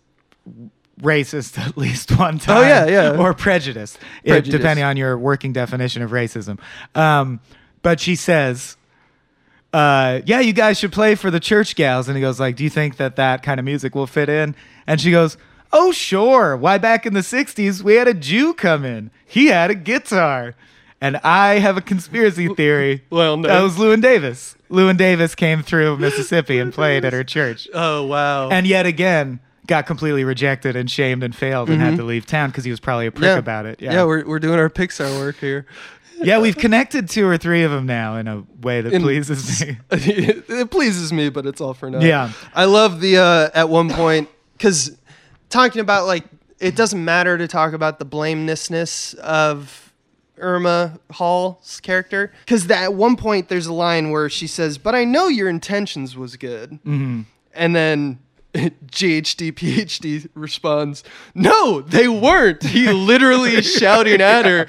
B: racist at least [laughs] one time.
C: Oh, yeah, yeah.
B: Or prejudiced, it-
C: Prejudiced.
B: depending on your working definition of racism. Um, but she says, uh, "Yeah, you guys should play for the church gals." And he goes, "Like, do you think that that kind of music will fit in?" And she goes. Oh sure. Why back in the 60s we had a Jew come in. He had a guitar. And I have a conspiracy theory
C: Well, no.
B: that was Lewin Davis. Lewin Davis came through
C: [laughs]
B: Mississippi and played at her church.
C: Oh wow.
B: And yet again, got completely rejected and shamed and failed and had to leave town because he was probably a prick about it. Yeah.
C: Mm-hmm. we're, we're doing our Pixar work here. [laughs]
B: yeah, we've connected two or three of them now in a way that
C: In- uh,
B: pleases me.
C: it pleases me, but it's all for now.
B: Yeah.
C: I love the uh, at one point because talking about like it doesn't matter to talk about the blamelessness of Irma Hall's character because at one point there's a line where she says, "But I know your intentions was good," and then. [laughs] GHD PhD responds, No, they weren't. He literally
B: [laughs]
C: is shouting at her,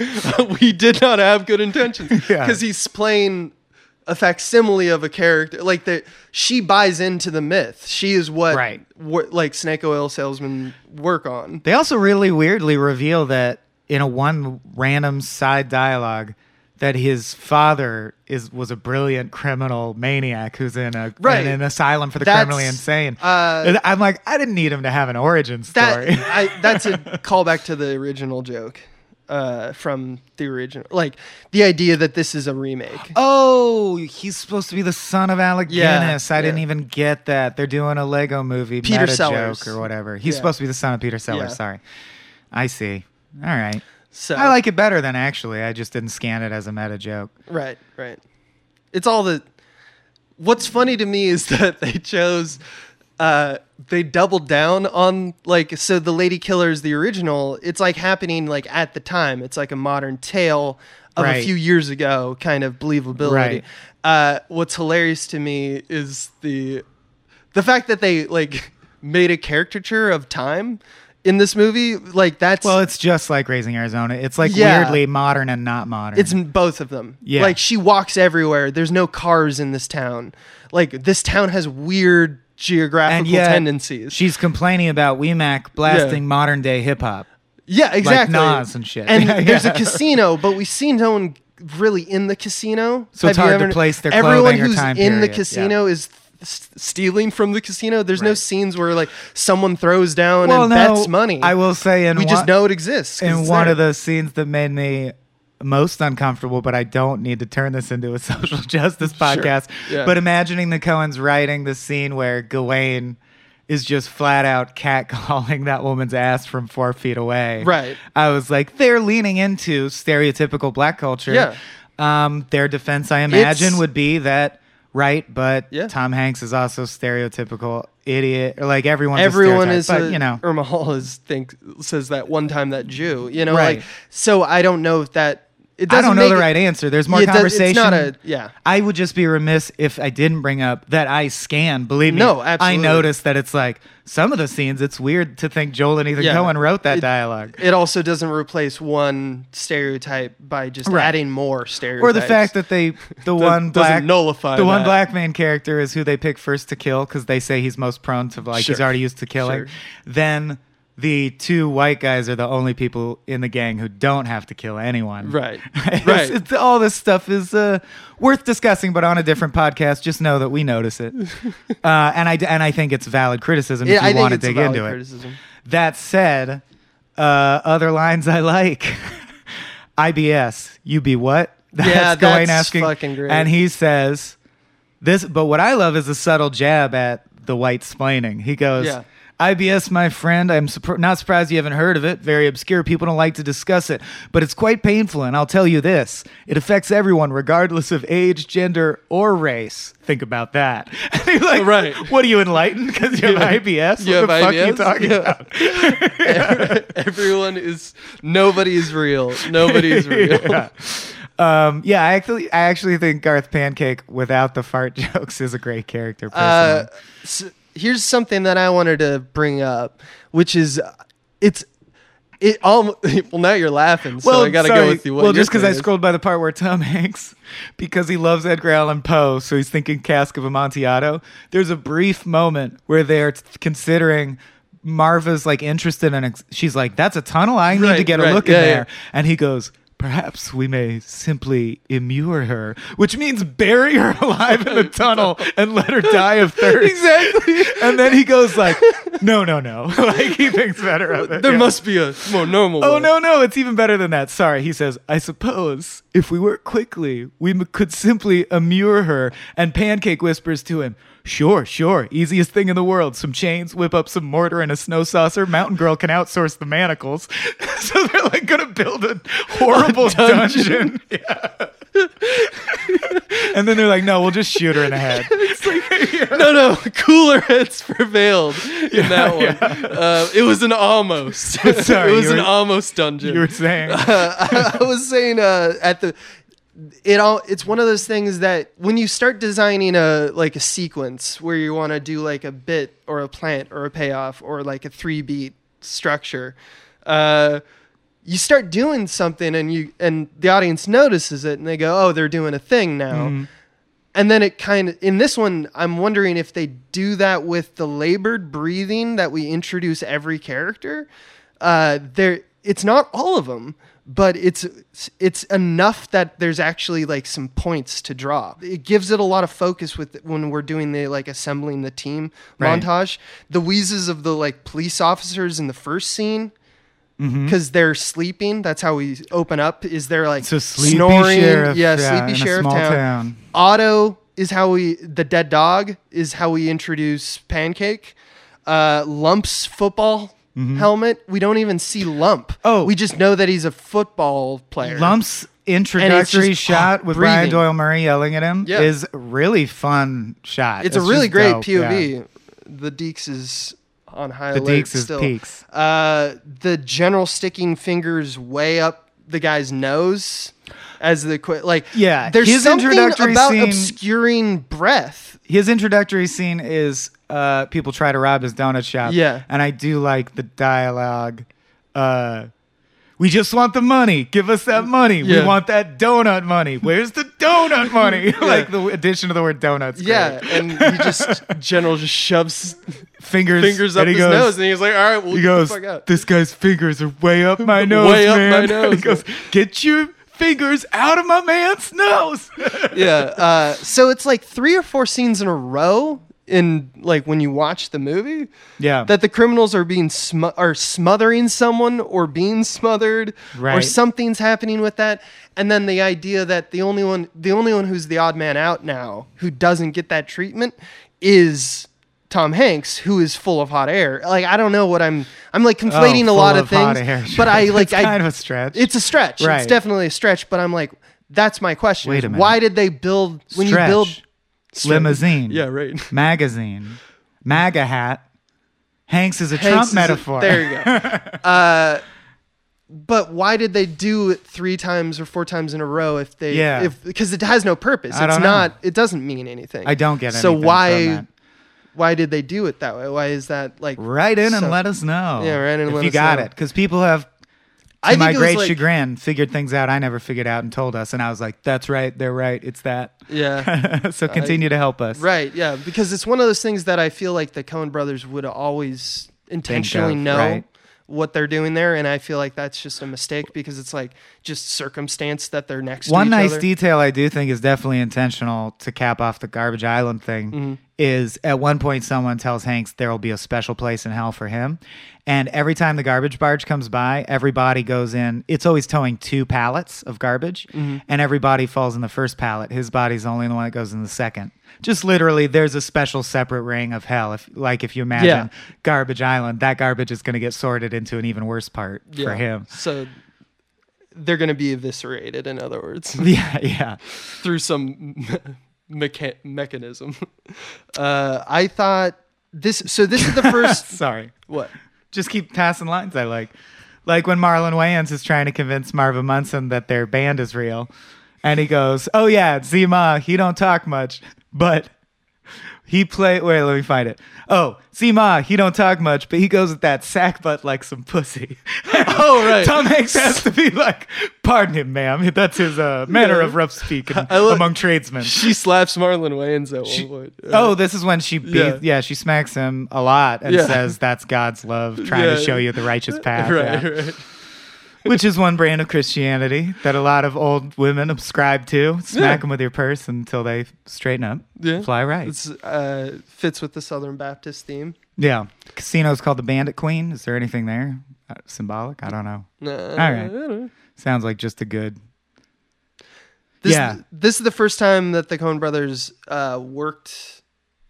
C: [laughs] We did not have good intentions.
B: [laughs]
C: Because
B: Yeah.
C: he's playing a facsimile of a character like that she buys into the myth she is what
B: Right.
C: wor- like snake oil salesmen work on
B: They also really weirdly reveal that in a one random side dialogue that his father is was a brilliant criminal maniac who's in a
C: Right.
B: in an asylum for the
C: That's,
B: criminally insane.
C: uh,
B: And I'm like, I didn't need him to have an origin
C: that
B: story. [laughs]
C: I, that's a callback to the original joke uh, from the original like the idea that this is a remake
B: Oh, he's supposed to be the son of Alec
C: Yeah,
B: Guinness. I didn't
C: yeah.
B: even get that. They're doing a Lego movie,
C: Peter
B: meta
C: Sellers.
B: joke or whatever. He's
C: Yeah.
B: supposed to be the son of Peter Sellers.
C: Yeah.
B: Sorry, I see. All right,
C: so
B: I like it better than actually. I just didn't scan it as a meta joke.
C: Right, right. It's all the. What's funny to me is [laughs] that they chose, uh, they doubled down on like so the Lady Killer is the original. It's like happening like at the time. It's like a modern tale of a
B: Right.
C: few years ago kind of believability.
B: Right.
C: Uh, what's hilarious to me is the the fact that they like [laughs] made a caricature of time in this movie. Like that's
B: Well, it's just like Raising Arizona. It's like
C: Yeah.
B: weirdly modern and not modern.
C: It's m- both of them.
B: Yeah.
C: Like she walks everywhere. There's no cars in this town. Like this town has weird geographical
B: and yet,
C: tendencies.
B: She's complaining about WEMAC blasting modern day hip hop.
C: yeah, exactly.
B: Nas and shit. [laughs]
C: And
B: Yeah.
C: there's a casino, but we see no one really in the casino.
B: So it's
C: Have you
B: hard to place their
C: Everyone
B: clothing or
C: who's
B: time
C: in the
B: period.
C: casino is s- stealing from the casino. There's no
B: Right.
C: scenes where like someone throws down
B: Well,
C: and
B: no,
C: bets money.
B: I will say, in
C: we just
B: one-
C: know it exists. 'cause
B: in
C: it's
B: one
C: there.
B: of the scenes that made me most uncomfortable, but I don't need to turn this into a [laughs] social justice podcast.
C: Yeah.
B: But imagining the Coens writing the scene where Gawain is just flat out catcalling [laughs] that woman's ass from four feet away.
A: Right.
B: I was like, they're leaning into stereotypical black culture.
A: Yeah.
B: Um, their defense, I imagine,
A: It's-
B: would be that right, but
A: Yeah.
B: Tom Hanks is also stereotypical idiot. Or like everyone's
A: everyone
B: a
A: is
B: stereotype,
A: a-
B: but, you know.
A: Irma Hall is think says that one time that Jew you know
B: Right.
A: like so I don't know if that it
B: I
A: doesn't
B: don't know
A: make
B: the
A: it-
B: right answer. There's more
A: it does-
B: conversation.
A: it's not a yeah
B: I would just be remiss if I didn't bring up that I scan. Believe me,
A: No, absolutely.
B: I noticed that it's like some of the scenes. It's weird to think Joel and Ethan
A: Yeah.
B: Cohen wrote that
A: It-
B: dialogue,
A: it also doesn't replace one stereotype by just
B: Right.
A: adding more stereotypes
B: or the fact that
A: [laughs]
B: they the
A: doesn't
B: one black
A: nullify
B: the one
A: that.
B: black man character is who they pick first to kill because they say he's most prone to like he's
A: Sure.
B: already used to killing.
A: Sure.
B: Then the two white guys are the only people in the gang who don't have to kill anyone. [laughs]
A: Right.
B: It's-
A: Right.
B: it's- all this stuff is uh, worth discussing, but on a different podcast. Just know that we
A: [laughs]
B: notice it, uh, and I d- and I think it's valid criticism if
A: Yeah, I
B: you
A: think
B: want to
A: it's a
B: dig
A: valid
B: into it.
A: criticism. [laughs]
B: That said, uh, other lines I like. [laughs] IBS, you be what? [laughs] That's
A: Yeah,
B: Gawain
A: that's fucking great.
B: And he says this, but what I love is a subtle jab at the white splaining. He goes,
A: Yeah.
B: IBS, my friend, I'm surpr- not surprised you haven't heard of it. Very obscure. People don't like to discuss it, but it's quite painful. And I'll tell you this it affects everyone, regardless of age, gender, or race. Think about that. [laughs] And he's like,
A: Right.
B: What are you enlightened? Because you have IBS?
A: You
B: what the
A: have
B: fuck are you
A: IBS?
B: talking
A: Yeah.
B: about?
A: everyone is nobody's
B: [laughs]
A: real nobody's real
B: yeah. Um, yeah, I actually, I actually think Garth Pancake without the fart [laughs] jokes is a great character.
A: Uh,
B: Personally.
A: s- here's something that I wanted to bring up, which is uh, it's it all. [laughs] Well, now you're laughing, so I gotta
B: sorry.
A: go with you. What
B: well,
A: your
B: just because
A: thing
B: I
A: is.
B: scrolled by the part where Tom [laughs] Hanks, because he loves Edgar Allan Poe, so he's thinking Cask of Amontillado. There's a brief moment where they're t- considering. Marva's like interested in. Ex- she's like, "That's a tunnel. I need
A: Right,
B: to get a
A: right.
B: look
A: Yeah,
B: in
A: yeah.
B: there." And he goes, "Perhaps we may simply immure her, which means bury her [laughs] alive in the tunnel and let her
A: [laughs]
B: die of thirst."
A: Exactly.
B: And then he goes like, "No, no, no!" [laughs] like he thinks better of it.
A: There
B: Yeah.
A: must be a more normal.
B: Oh
A: one.
B: no, no, it's even better than that. Sorry, he says. I suppose if we work quickly, we m- could simply immure her. And Pancake whispers to him, "Sure, sure, easiest thing in the world. Some chains, whip up some mortar and a snow saucer. Mountain Girl can outsource the manacles." [laughs] so they're like gonna build a horrible dungeon. [laughs] Yeah. and then they're like, "No, we'll just shoot her in the head."
A: no, no. [laughs] Cooler heads prevailed in that one. Uh, it was an [laughs] almost.
B: Sorry,
A: it was
B: you
A: an
B: were-
A: almost dungeon.
B: you were saying.
A: [laughs] I, I was saying uh, at the it all it's one of those things that when you start designing a like a sequence where you want to do like a bit or a plant or a payoff or like a three beat structure uh you start doing something and you and the audience notices it and they go oh they're doing a thing now and then it kind of in this one i'm wondering if they do that with the labored breathing that we introduce every character uh there it's not all of them but it's it's enough that there's actually like some points to draw it gives it a lot of focus with when we're doing the like assembling the team
B: Right.
A: montage the wheezes of the like police officers in the first scene
B: Mm-hmm.
A: because they're sleeping. That's how we open up. Is they're like
B: So sleepy
A: snoring?
B: sheriff,
A: yeah,
B: yeah,
A: sleepy
B: in a
A: sheriff
B: small
A: town.
B: town.
A: Otto is how we the dead dog is how we introduce pancake. Uh, Lump's football helmet. We don't even see Lump.
B: Mm-hmm. Oh.
A: we just know that he's a football player.
B: Lumps
A: And
B: introductory
A: it's just,
B: shot
A: oh,
B: with
A: breathing.
B: Brian Doyle Murray yelling at him
A: Yeah.
B: is really fun shot.
A: It's, a really
B: just
A: great
B: dope,
A: POV.
B: yeah.
A: The Deeks is on high
B: The
A: alert
B: Deeks is
A: still.
B: peaks.
A: Uh, the general sticking fingers way up the guy's nose as the qu- like
B: Yeah,
A: There's
B: his
A: something
B: introductory
A: about
B: scene-
A: obscuring breath.
B: His introductory scene is uh, people try to rob his donut shop.
A: Yeah.
B: and I do like the dialogue. Uh, we just want the money. Give us that money.
A: Yeah.
B: We want that donut money. Where's the donut money? [laughs] like the addition of the word donuts.
A: Yeah, and he
B: [laughs]
A: just general just shoves
B: fingers
A: fingers up
B: and he
A: his
B: goes,
A: nose, and he's like, "All right, we'll
B: He
A: get
B: goes,
A: the fuck out."
B: this guy's fingers are way
A: [laughs]
B: up my nose,
A: Way up
B: man.
A: my nose.
B: [laughs] he goes, get your fingers out of my man's
A: [laughs]
B: nose.
A: yeah. Uh, so it's like three or four scenes in a row in like when you watch the movie.
B: Yeah.
A: That the criminals are being sm- are smothering someone or being smothered or
B: Right.
A: something's happening with that. And then the idea that the only one the only one who's the odd man out now who doesn't get that treatment is Tom Hanks, who is full of hot air. Like I don't know what I'm. I'm like conflating a
B: Oh, full
A: lot of,
B: of hot
A: things,
B: air.
A: but
B: [laughs]
A: I
B: That's
A: like I
B: kind of a stretch.
A: It's a stretch. It's
B: Right.
A: definitely a stretch. But I'm like, that's my question.
B: Wait
A: is
B: a minute.
A: Why did they build when you
B: Stretch.
A: build Stretch.
B: limousine.
A: Yeah, right. [laughs]
B: Magazine. MAGA hat. Hanks is a
A: Hanks
B: Trump
A: is a-
B: metaphor.
A: there you go. uh, but why did they do it three times or four times in a row if they?
B: Yeah.
A: If because it has no purpose.
B: I
A: it's
B: don't know.
A: not. It doesn't mean anything.
B: [laughs] I don't get it.
A: So why? Why did they do it that way? Why is that like?
B: Write in
A: so-
B: and let us know.
A: Yeah, write in and
B: if
A: let
B: you
A: us
B: got
A: know.
B: it, because people have, to
A: I think
B: my
A: it was
B: great
A: like-
B: chagrin, figured things out I never figured out and told us, and I was like, "That's right, they're right, it's that."
A: [laughs]
B: [laughs]
A: Yeah.
B: so continue to help us.
A: Right. Yeah. Because it's one of those things that I feel like the Cohen brothers would always intentionally know
B: right.
A: what they're doing there, and I feel like that's just a mistake because it's like just circumstance that they're next. to
B: One
A: each
B: nice
A: other.
B: detail I do think is definitely intentional to cap off the garbage island thing
A: Mm-hmm.
B: is at one point someone tells Hanks there will be a special place in hell for him, and every time the garbage barge comes by, everybody goes in. It's always towing two pallets of garbage,
A: Mm-hmm.
B: and everybody falls in the first pallet. His body's the only the one that goes in the second. Just literally, there's a special separate ring of hell. If like if you imagine
A: Yeah.
B: garbage island, that garbage is going to get sorted into an even worse part for
A: Yeah.
B: him. [laughs]
A: So they're going to be eviscerated, in other words, [laughs]
B: Yeah, yeah.
A: through some [laughs] mecha- mechanism. [laughs] Uh, I thought this. So this
B: [laughs]
A: is the first.
B: Sorry.
A: what?
B: just keep passing lines I like. Like when Marlon Wayans is trying to convince Marvin Munson that their band is real. And he goes, Oh yeah, Zima, he don't talk much, but he play wait, let me find it. Oh, Zima, he don't talk much, but he goes with that sack butt like some pussy. [laughs]
A: Oh, right.
B: Tom Hanks has to be like, pardon him, ma'am. That's his uh, manner of rough speak in-
A: love-
B: among tradesmen.
A: She slaps Marlon Wayans at one point. Uh,
B: Oh, this is when she beats.
A: Yeah.
B: Yeah. she smacks him a lot and
A: Yeah.
B: says, "That's God's love, trying
A: Yeah.
B: to show you the righteous
A: [laughs]
B: path."
A: right,
B: Yeah.
A: right.
B: Which is one brand of Christianity that a lot of old women subscribe to.
A: Yeah.
B: Smack them with your purse until they straighten up.
A: Yeah.
B: Fly right.
A: It's uh, fits with the Southern Baptist theme.
B: yeah. Casino's called the Bandit Queen. Is there anything there uh, symbolic? I don't know.
A: Nah, All
B: right. Sounds like just a good.
A: This,
B: Yeah.
A: This is the first time that the Coen Brothers uh, worked,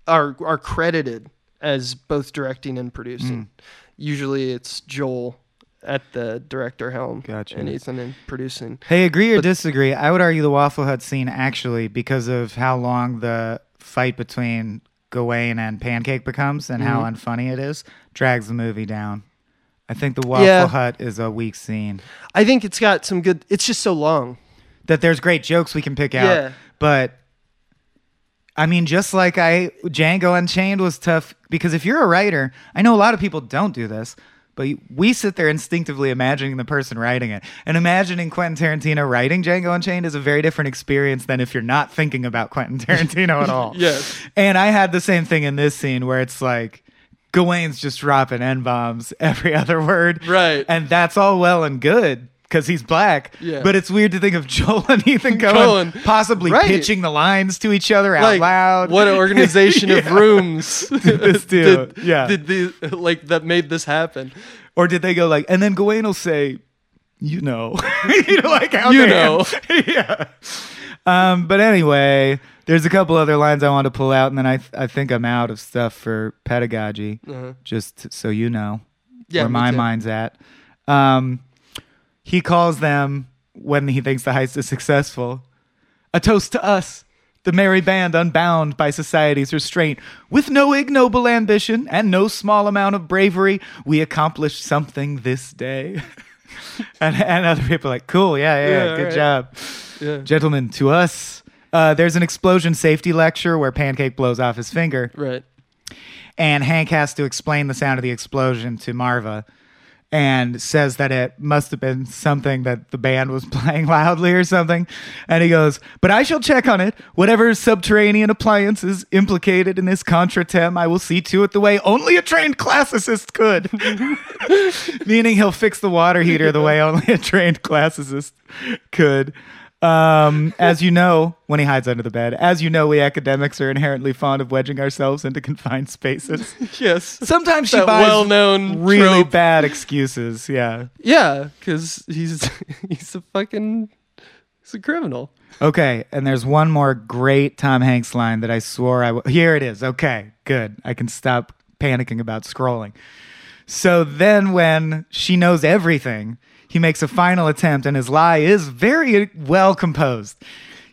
A: are are credited as both directing and
B: Mm.
A: producing. Usually, it's Joel at the director helm,
B: Gotcha.
A: and Ethan in producing.
B: Hey, agree or disagree? I would argue the Waffle Hut scene actually because of how long the fight between Gawain and Pancake becomes and how unfunny it is drags the movie down. I think the Waffle
A: Yeah.
B: Hut is a weak scene.
A: I think it's got some good. It's just so long.
B: That there's great jokes we can pick out,
A: Yeah.
B: but I mean, just like I Django Unchained was tough because if you're a writer, I know a lot of people don't do this, but you- we sit there instinctively imagining the person writing it, and imagining Quentin Tarantino writing Django Unchained is a very different experience than if you're not thinking about
A: [laughs]
B: Quentin Tarantino at all.
A: Yes.
B: and I had the same thing in this scene where it's like. Gawain's just dropping n bombs every [laughs] other word,
A: Right.
B: And that's all well and good because he's black.
A: Yeah.
B: But it's weird to think of [laughs] Joel and Ethan
A: Coen.
B: Cohen possibly
A: Right.
B: pitching the lines to each other out
A: like
B: loud.
A: [laughs] what an organization of rooms
B: [laughs]
A: [laughs]
B: this dude,
A: did,
B: yeah.
A: did the like that made this happen.
B: or did they go like, and then Gawain will say, you know, [laughs] you know, like how
A: You
B: they-
A: know.
B: [laughs] yeah. Um, but anyway, there's a couple other lines I want to pull out, and then I I think I'm out of stuff for pedagogy.
A: Uh-huh.
B: Just so you know
A: Yeah,
B: where
A: me
B: my
A: too.
B: mind's at. Um, he calls them when he thinks the heist is successful. A toast to us, the merry band unbound by society's restraint. With no ignoble ambition and no small amount of bravery, we accomplished something this day. [laughs] and, and other people are like, cool, yeah, yeah,
A: Yeah,
B: good
A: right.
B: job.
A: Yeah.
B: Gentlemen, to us. Uh, there's an explosion safety lecture where Pancake blows off his finger
A: Right.
B: and Hank has to explain the sound of the explosion to Marva and says that it must have been something that the band was [laughs] playing loudly or something and he goes but i shall check on it whatever subterranean appliance is implicated in this contretemps i will see to it the way only a trained classicist could [laughs] meaning he'll fix the water heater the way only a trained classicist could. Um, as you know, when he hides under the bed, as you know, we academics are inherently fond of wedging ourselves into [laughs] confined spaces.
A: Yes.
B: Sometimes she
A: That
B: buys
A: well-known
B: really
A: trope.
B: bad excuses. Yeah,
A: [laughs] Yeah, because he's he's a fucking He's a criminal.
B: Okay, and there's one more great Tom Hanks line that I swore I w- Here it is. Okay, good. I can stop panicking about scrolling. So then, when she knows everything, he makes a final attempt, and his lie is very well composed.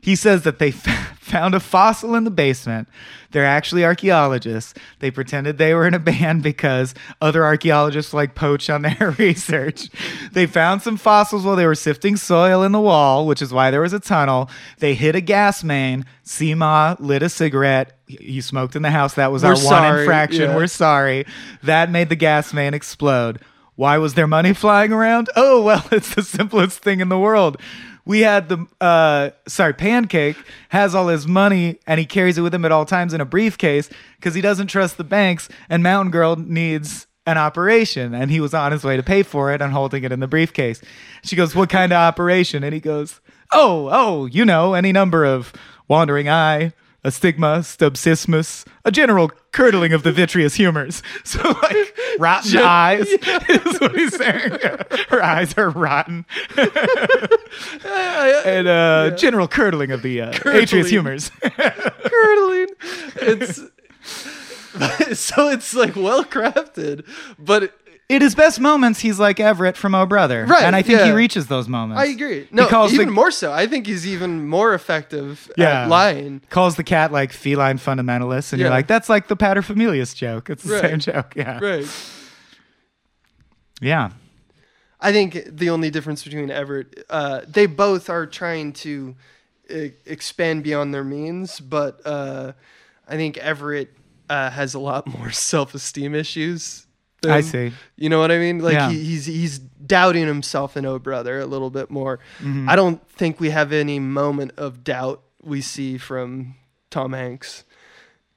B: He says that they [laughs] f- found a fossil in the basement. They're actually archaeologists. They pretended they were in a band because other archaeologists like poach on their [laughs] research. They found some fossils while they were sifting soil in the wall, which is why there was a tunnel. They hit a gas main. Seema lit a cigarette. Y- You smoked in the house. That was
A: We're
B: our one
A: sorry.
B: infraction.
A: Yeah.
B: We're sorry. That made the gas main explode. Why was there money flying around? Oh, well, [laughs] it's the simplest thing in the world. We had the, uh, sorry, Pancake has all his money and he carries it with him at all times in a briefcase because he doesn't trust the banks. And Mountain Girl needs an operation and he was on his way to pay for it and holding it in the briefcase. She goes, What kind of operation? And he goes, Oh, oh, you know, any number of wandering eye, a stigma, stubsismus, a general curdling of the vitreous humors. [laughs] So, like, rotten eyes [laughs] is what he's saying. [laughs] Her eyes are rotten.
A: [laughs]
B: and uh, general curdling of the uh, vitreous humors. [laughs]
A: Curdling. It's so it's [laughs] like well crafted, but
B: In his best moments, he's like Everett from Oh Brother.
A: Right,
B: And I think he
A: yeah.
B: reaches those moments.
A: I agree. No,
B: he calls
A: even
B: the,
A: more so. I think he's even more effective
B: yeah,
A: at lying.
B: Calls the cat like feline fundamentalist. And you're
A: Yeah.
B: like, that's like the paterfamilias joke. It's the
A: Right.
B: same joke. Yeah.
A: Right.
B: Yeah.
A: I think the only difference between Everett, uh, they both are trying to e- expand beyond their means, but uh, I think Everett uh, has a lot [laughs] more self-esteem issues. than-
B: I see.
A: You know what I mean? Like
B: Yeah.
A: he, he's he's doubting himself in Oh Brother a little bit more.
B: Mm-hmm.
A: I don't think we have any moment of doubt we see from Tom Hanks,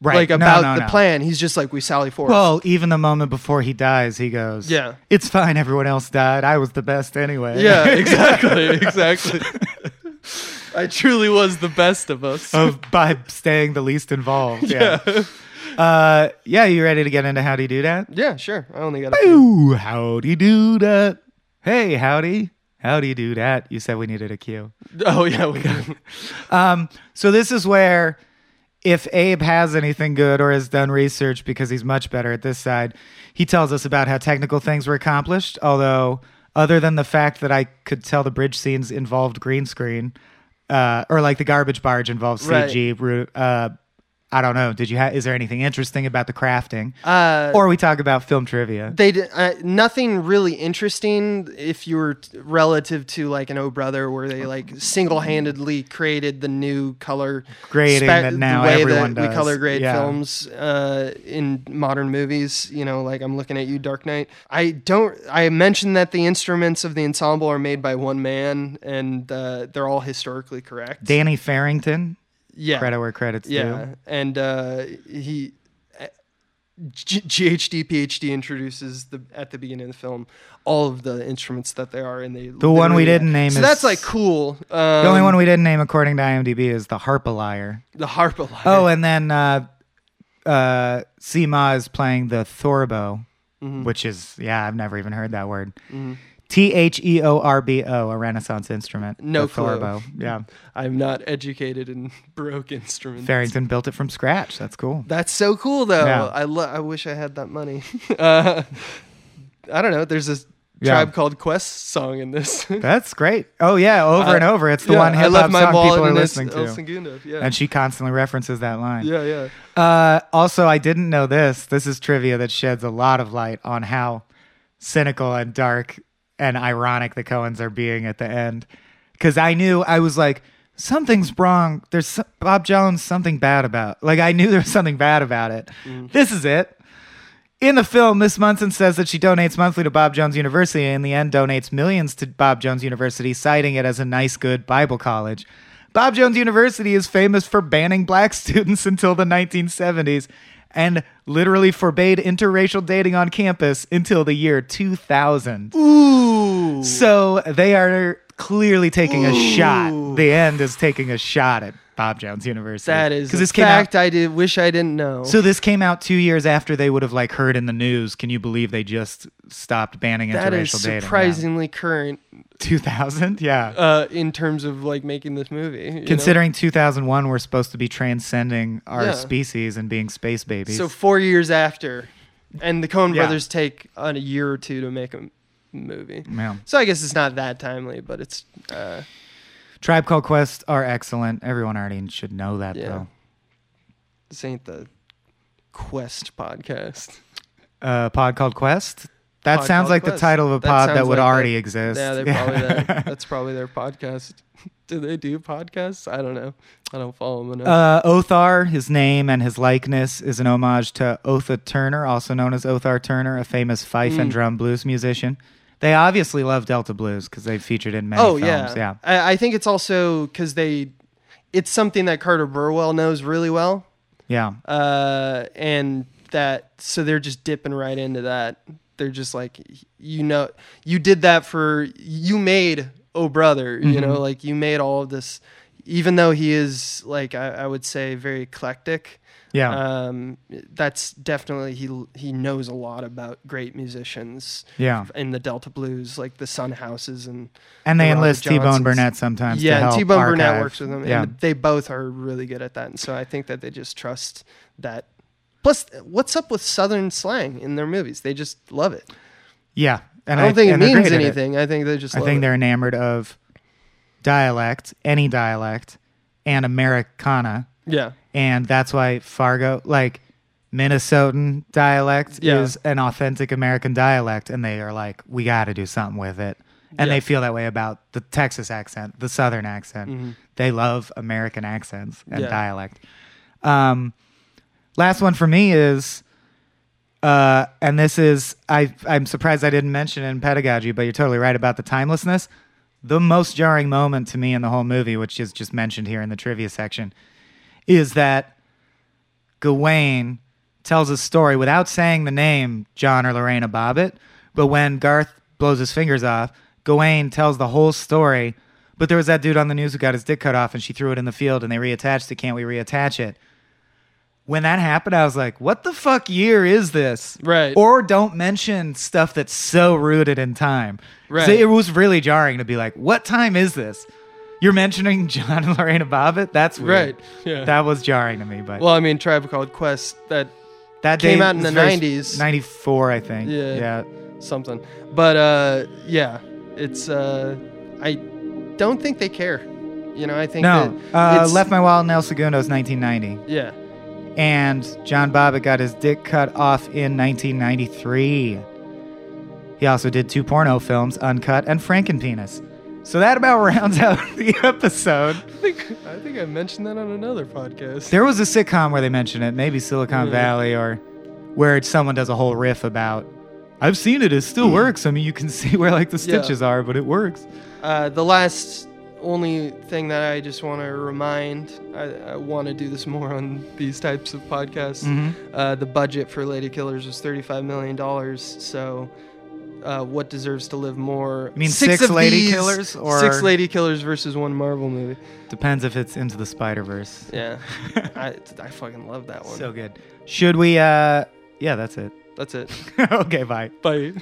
B: Right.
A: like
B: No,
A: about
B: no,
A: the
B: no.
A: plan. He's just like we Sally Forth.
B: Well, even the moment before he dies, he goes,
A: Yeah.
B: It's fine. Everyone else died. I was the best
A: [laughs]
B: anyway.
A: yeah, exactly, exactly. [laughs] I truly was the best of us.
B: [laughs] of by staying the least involved. Yeah. [laughs] Uh, yeah. You ready to get into how do you do that?
A: Yeah, sure. I only got a few.
B: Ooh, how do you do that? Hey, howdy. How do you do that? You said we needed a cue.
A: Oh yeah, we got
B: Um, so this is where if Abe has anything good or has done research because he's much better at this side, he tells us about how technical things were accomplished. Although, other than the fact that I could tell the bridge scenes involved green screen, uh, or like the garbage barge involved CG, ru- uh, I don't know. Did you? Ha- is there anything interesting about the crafting?
A: Uh,
B: or we talk about film trivia.
A: they did uh, nothing really interesting if you were t- relative to like an O Brother where they like single-handedly created the new color
B: Grading that now
A: the way
B: everyone
A: that
B: does.
A: we color grade
B: Yeah.
A: films uh, in modern movies. You know, like I'm looking at you, Dark Knight. I don't. I mentioned that the instruments of the ensemble are made by one man and uh, they're all historically correct.
B: Danny Farrington.
A: yeah,
B: Credit where credits
A: Yeah,
B: due.
A: and uh, he uh, G- GHD PhD introduces the at the beginning of the film all of the instruments that they are, and they
B: The one
A: literally-
B: we didn't name
A: So
B: is-
A: that's like cool. Um,
B: The only one we didn't name according to IMDb is the Harpa Liar.
A: the harp alive.
B: Oh, and then uh uh Seema is playing the Thorbo,
A: Mm-hmm.
B: which is yeah, I've never even heard that word. T H E O R B O, a Renaissance instrument.
A: No
B: the
A: clue.
B: Thorbo. Yeah.
A: I'm not educated in [laughs] Baroque instruments.
B: Farrington built it from scratch.
A: [laughs]
B: That's cool.
A: That's so cool, though.
B: Yeah.
A: I lo- I wish I had that money. uh, I don't know. There's this
B: Yeah.
A: tribe called Quest song in this. [laughs]
B: That's great. Oh yeah, over and over. It's the
A: Yeah,
B: one
A: I
B: hip
A: left
B: hop
A: my
B: song
A: wallet
B: people are
A: in this
B: listening
A: El
B: to.
A: Segundo. Yeah.
B: And she constantly references that line.
A: yeah, yeah.
B: Uh, also, I didn't know this. This is trivia that sheds a lot of light on how cynical and dark and ironic the Coens are being at the end. Because I knew I was like, something's wrong. There's so- Bob Jones something bad about. Like I knew there was something bad about it. This is it. In the film, Miss Munson says that she donates monthly to Bob Jones University and in the end donates millions to Bob Jones University, citing it as a nice, good Bible college. Bob Jones University is famous for banning black [laughs] students until the 1970s and literally forbade interracial dating on campus until the year 2000.
A: Ooh.
B: So they are clearly taking a shot. The end is taking a shot at Bob Jones University.
A: That is
B: because
A: a
B: this came out.
A: fact I did wish I didn't know.
B: So this came out two years after they would have like heard in the news. Can you believe they just stopped banning
A: that is
B: interracial dating?
A: surprisingly current
B: Two thousand, yeah.
A: uh, in terms of like making this movie. you know?
B: Considering two thousand one, we're supposed to be transcending our
A: Yeah.
B: species and being space babies.
A: so four years after, and the Coen
B: Yeah.
A: Brothers take on a year or two to make a m- movie.
B: yeah.
A: So I guess it's not that timely, but it's uh,
B: Tribe Called Quest are excellent. Everyone already should know that
A: Yeah.
B: though.
A: this ain't the Quest podcast.
B: uh, pod called Quest. That
A: Pod
B: sounds
A: called
B: like the
A: Quest.
B: title of a
A: That
B: pod that,
A: sounds
B: would
A: like
B: already
A: that-
B: exist.
A: Yeah, they're
B: [laughs]
A: probably that. that's probably their podcast. [laughs] Do they do podcasts? I don't know. I don't follow them enough.
B: Uh, Othar, his name and his likeness is an homage to Otha Turner, also known as Othar Turner, a famous fife
A: Mm.
B: and drum blues musician. They obviously love Delta Blues because they featured in many
A: oh
B: films.
A: yeah,
B: Yeah.
A: I, I think it's also because they, it's something that Carter Burwell knows really well.
B: Yeah.
A: uh, and that so they're just dipping right into that. They're just like, you know, you did that for you made oh brother,
B: Mm-hmm.
A: you know, like you made all of this. Even though he is like I, I would say very eclectic,
B: Yeah.
A: um, that's definitely he he knows a lot about great musicians.
B: Yeah.
A: in the Delta Blues, like the Sun Houses and
B: and they
A: the Robert
B: enlist T Bone
A: Johnsons.
B: Burnett sometimes. to
A: yeah, and
B: help
A: T Bone
B: archive.
A: Burnett works with them,
B: Yeah.
A: and they both are really good at that. And so I think that they just trust that. Plus, what's up with Southern slang in their movies? They just love it.
B: yeah. And
A: I don't think it
B: and they're
A: means
B: great at it.
A: anything. I think they just.
B: I
A: love
B: think
A: it.
B: they're enamored of dialect, any dialect, and Americana.
A: Yeah,
B: and that's why Fargo, like Minnesotan dialect,
A: Yeah.
B: is an authentic American dialect, and they are like, we got to do something with it, and
A: Yeah.
B: they feel that way about the Texas accent, the Southern accent. They love American accents and
A: Mm-hmm. Yeah.
B: dialect. Um, last one for me is. Uh, and this is I I'm surprised I didn't mention it in pedagogy, but you're totally right about the timelessness. The most jarring moment to me in the whole movie, which is just mentioned here in the trivia section, is that Gawain tells a story without saying the name John or Lorena Bobbitt, but when Garth blows his fingers off, Gawain tells the whole story. But there was that dude on the news who got his dick cut off and she threw it in the field and they reattached it. Can't we reattach it? When that happened, I was like, what the fuck year is this?
A: Right.
B: Or don't mention stuff that's so rooted in time. 'Cause
A: Right.
B: It was really jarring to be like, what time is this? You're mentioning [laughs] John and Lorena Bobbitt? That's weird.
A: Right, [laughs] yeah.
B: That was jarring to me, but
A: well, I mean, Tribe Called Quest. That
B: that
A: came
B: day
A: out in the
B: was very-
A: 90s.
B: 94, I think.
A: Yeah.
B: Yeah.
A: something, but uh, yeah, it's. Uh, I don't think they care. You know, I think
B: No.
A: that
B: Uh,
A: it's-
B: Left My Wild in El Segundo is 1990.
A: Yeah,
B: And John Bobbitt got his dick cut off in 1993. He also did two porno films, Uncut and Frankenpenis. So that about [laughs] rounds out the episode.
A: I think I think I mentioned that on another podcast.
B: There was a sitcom where they mentioned it, maybe Silicon
A: Yeah.
B: Valley or where someone does a whole riff about I've seen it, it still works. I mean, you can [laughs] see where like the
A: Hmm. Yeah.
B: stitches are, but it works.
A: Uh, the last only thing that I just want to remind, I, I want to do this more on these types of podcasts.
B: Mm-hmm.
A: Uh, the budget for Lady Killers was $35 million. So, uh, what deserves to live more?
B: You mean six Lady Killers or-
A: six Lady Killers versus one Marvel movie?
B: Depends if it's into the Spider [laughs] Verse.
A: Yeah, I, I fucking love that one.
B: So good. Should we? uh Yeah, that's it. [laughs]
A: That's it.
B: okay, bye.
A: Bye.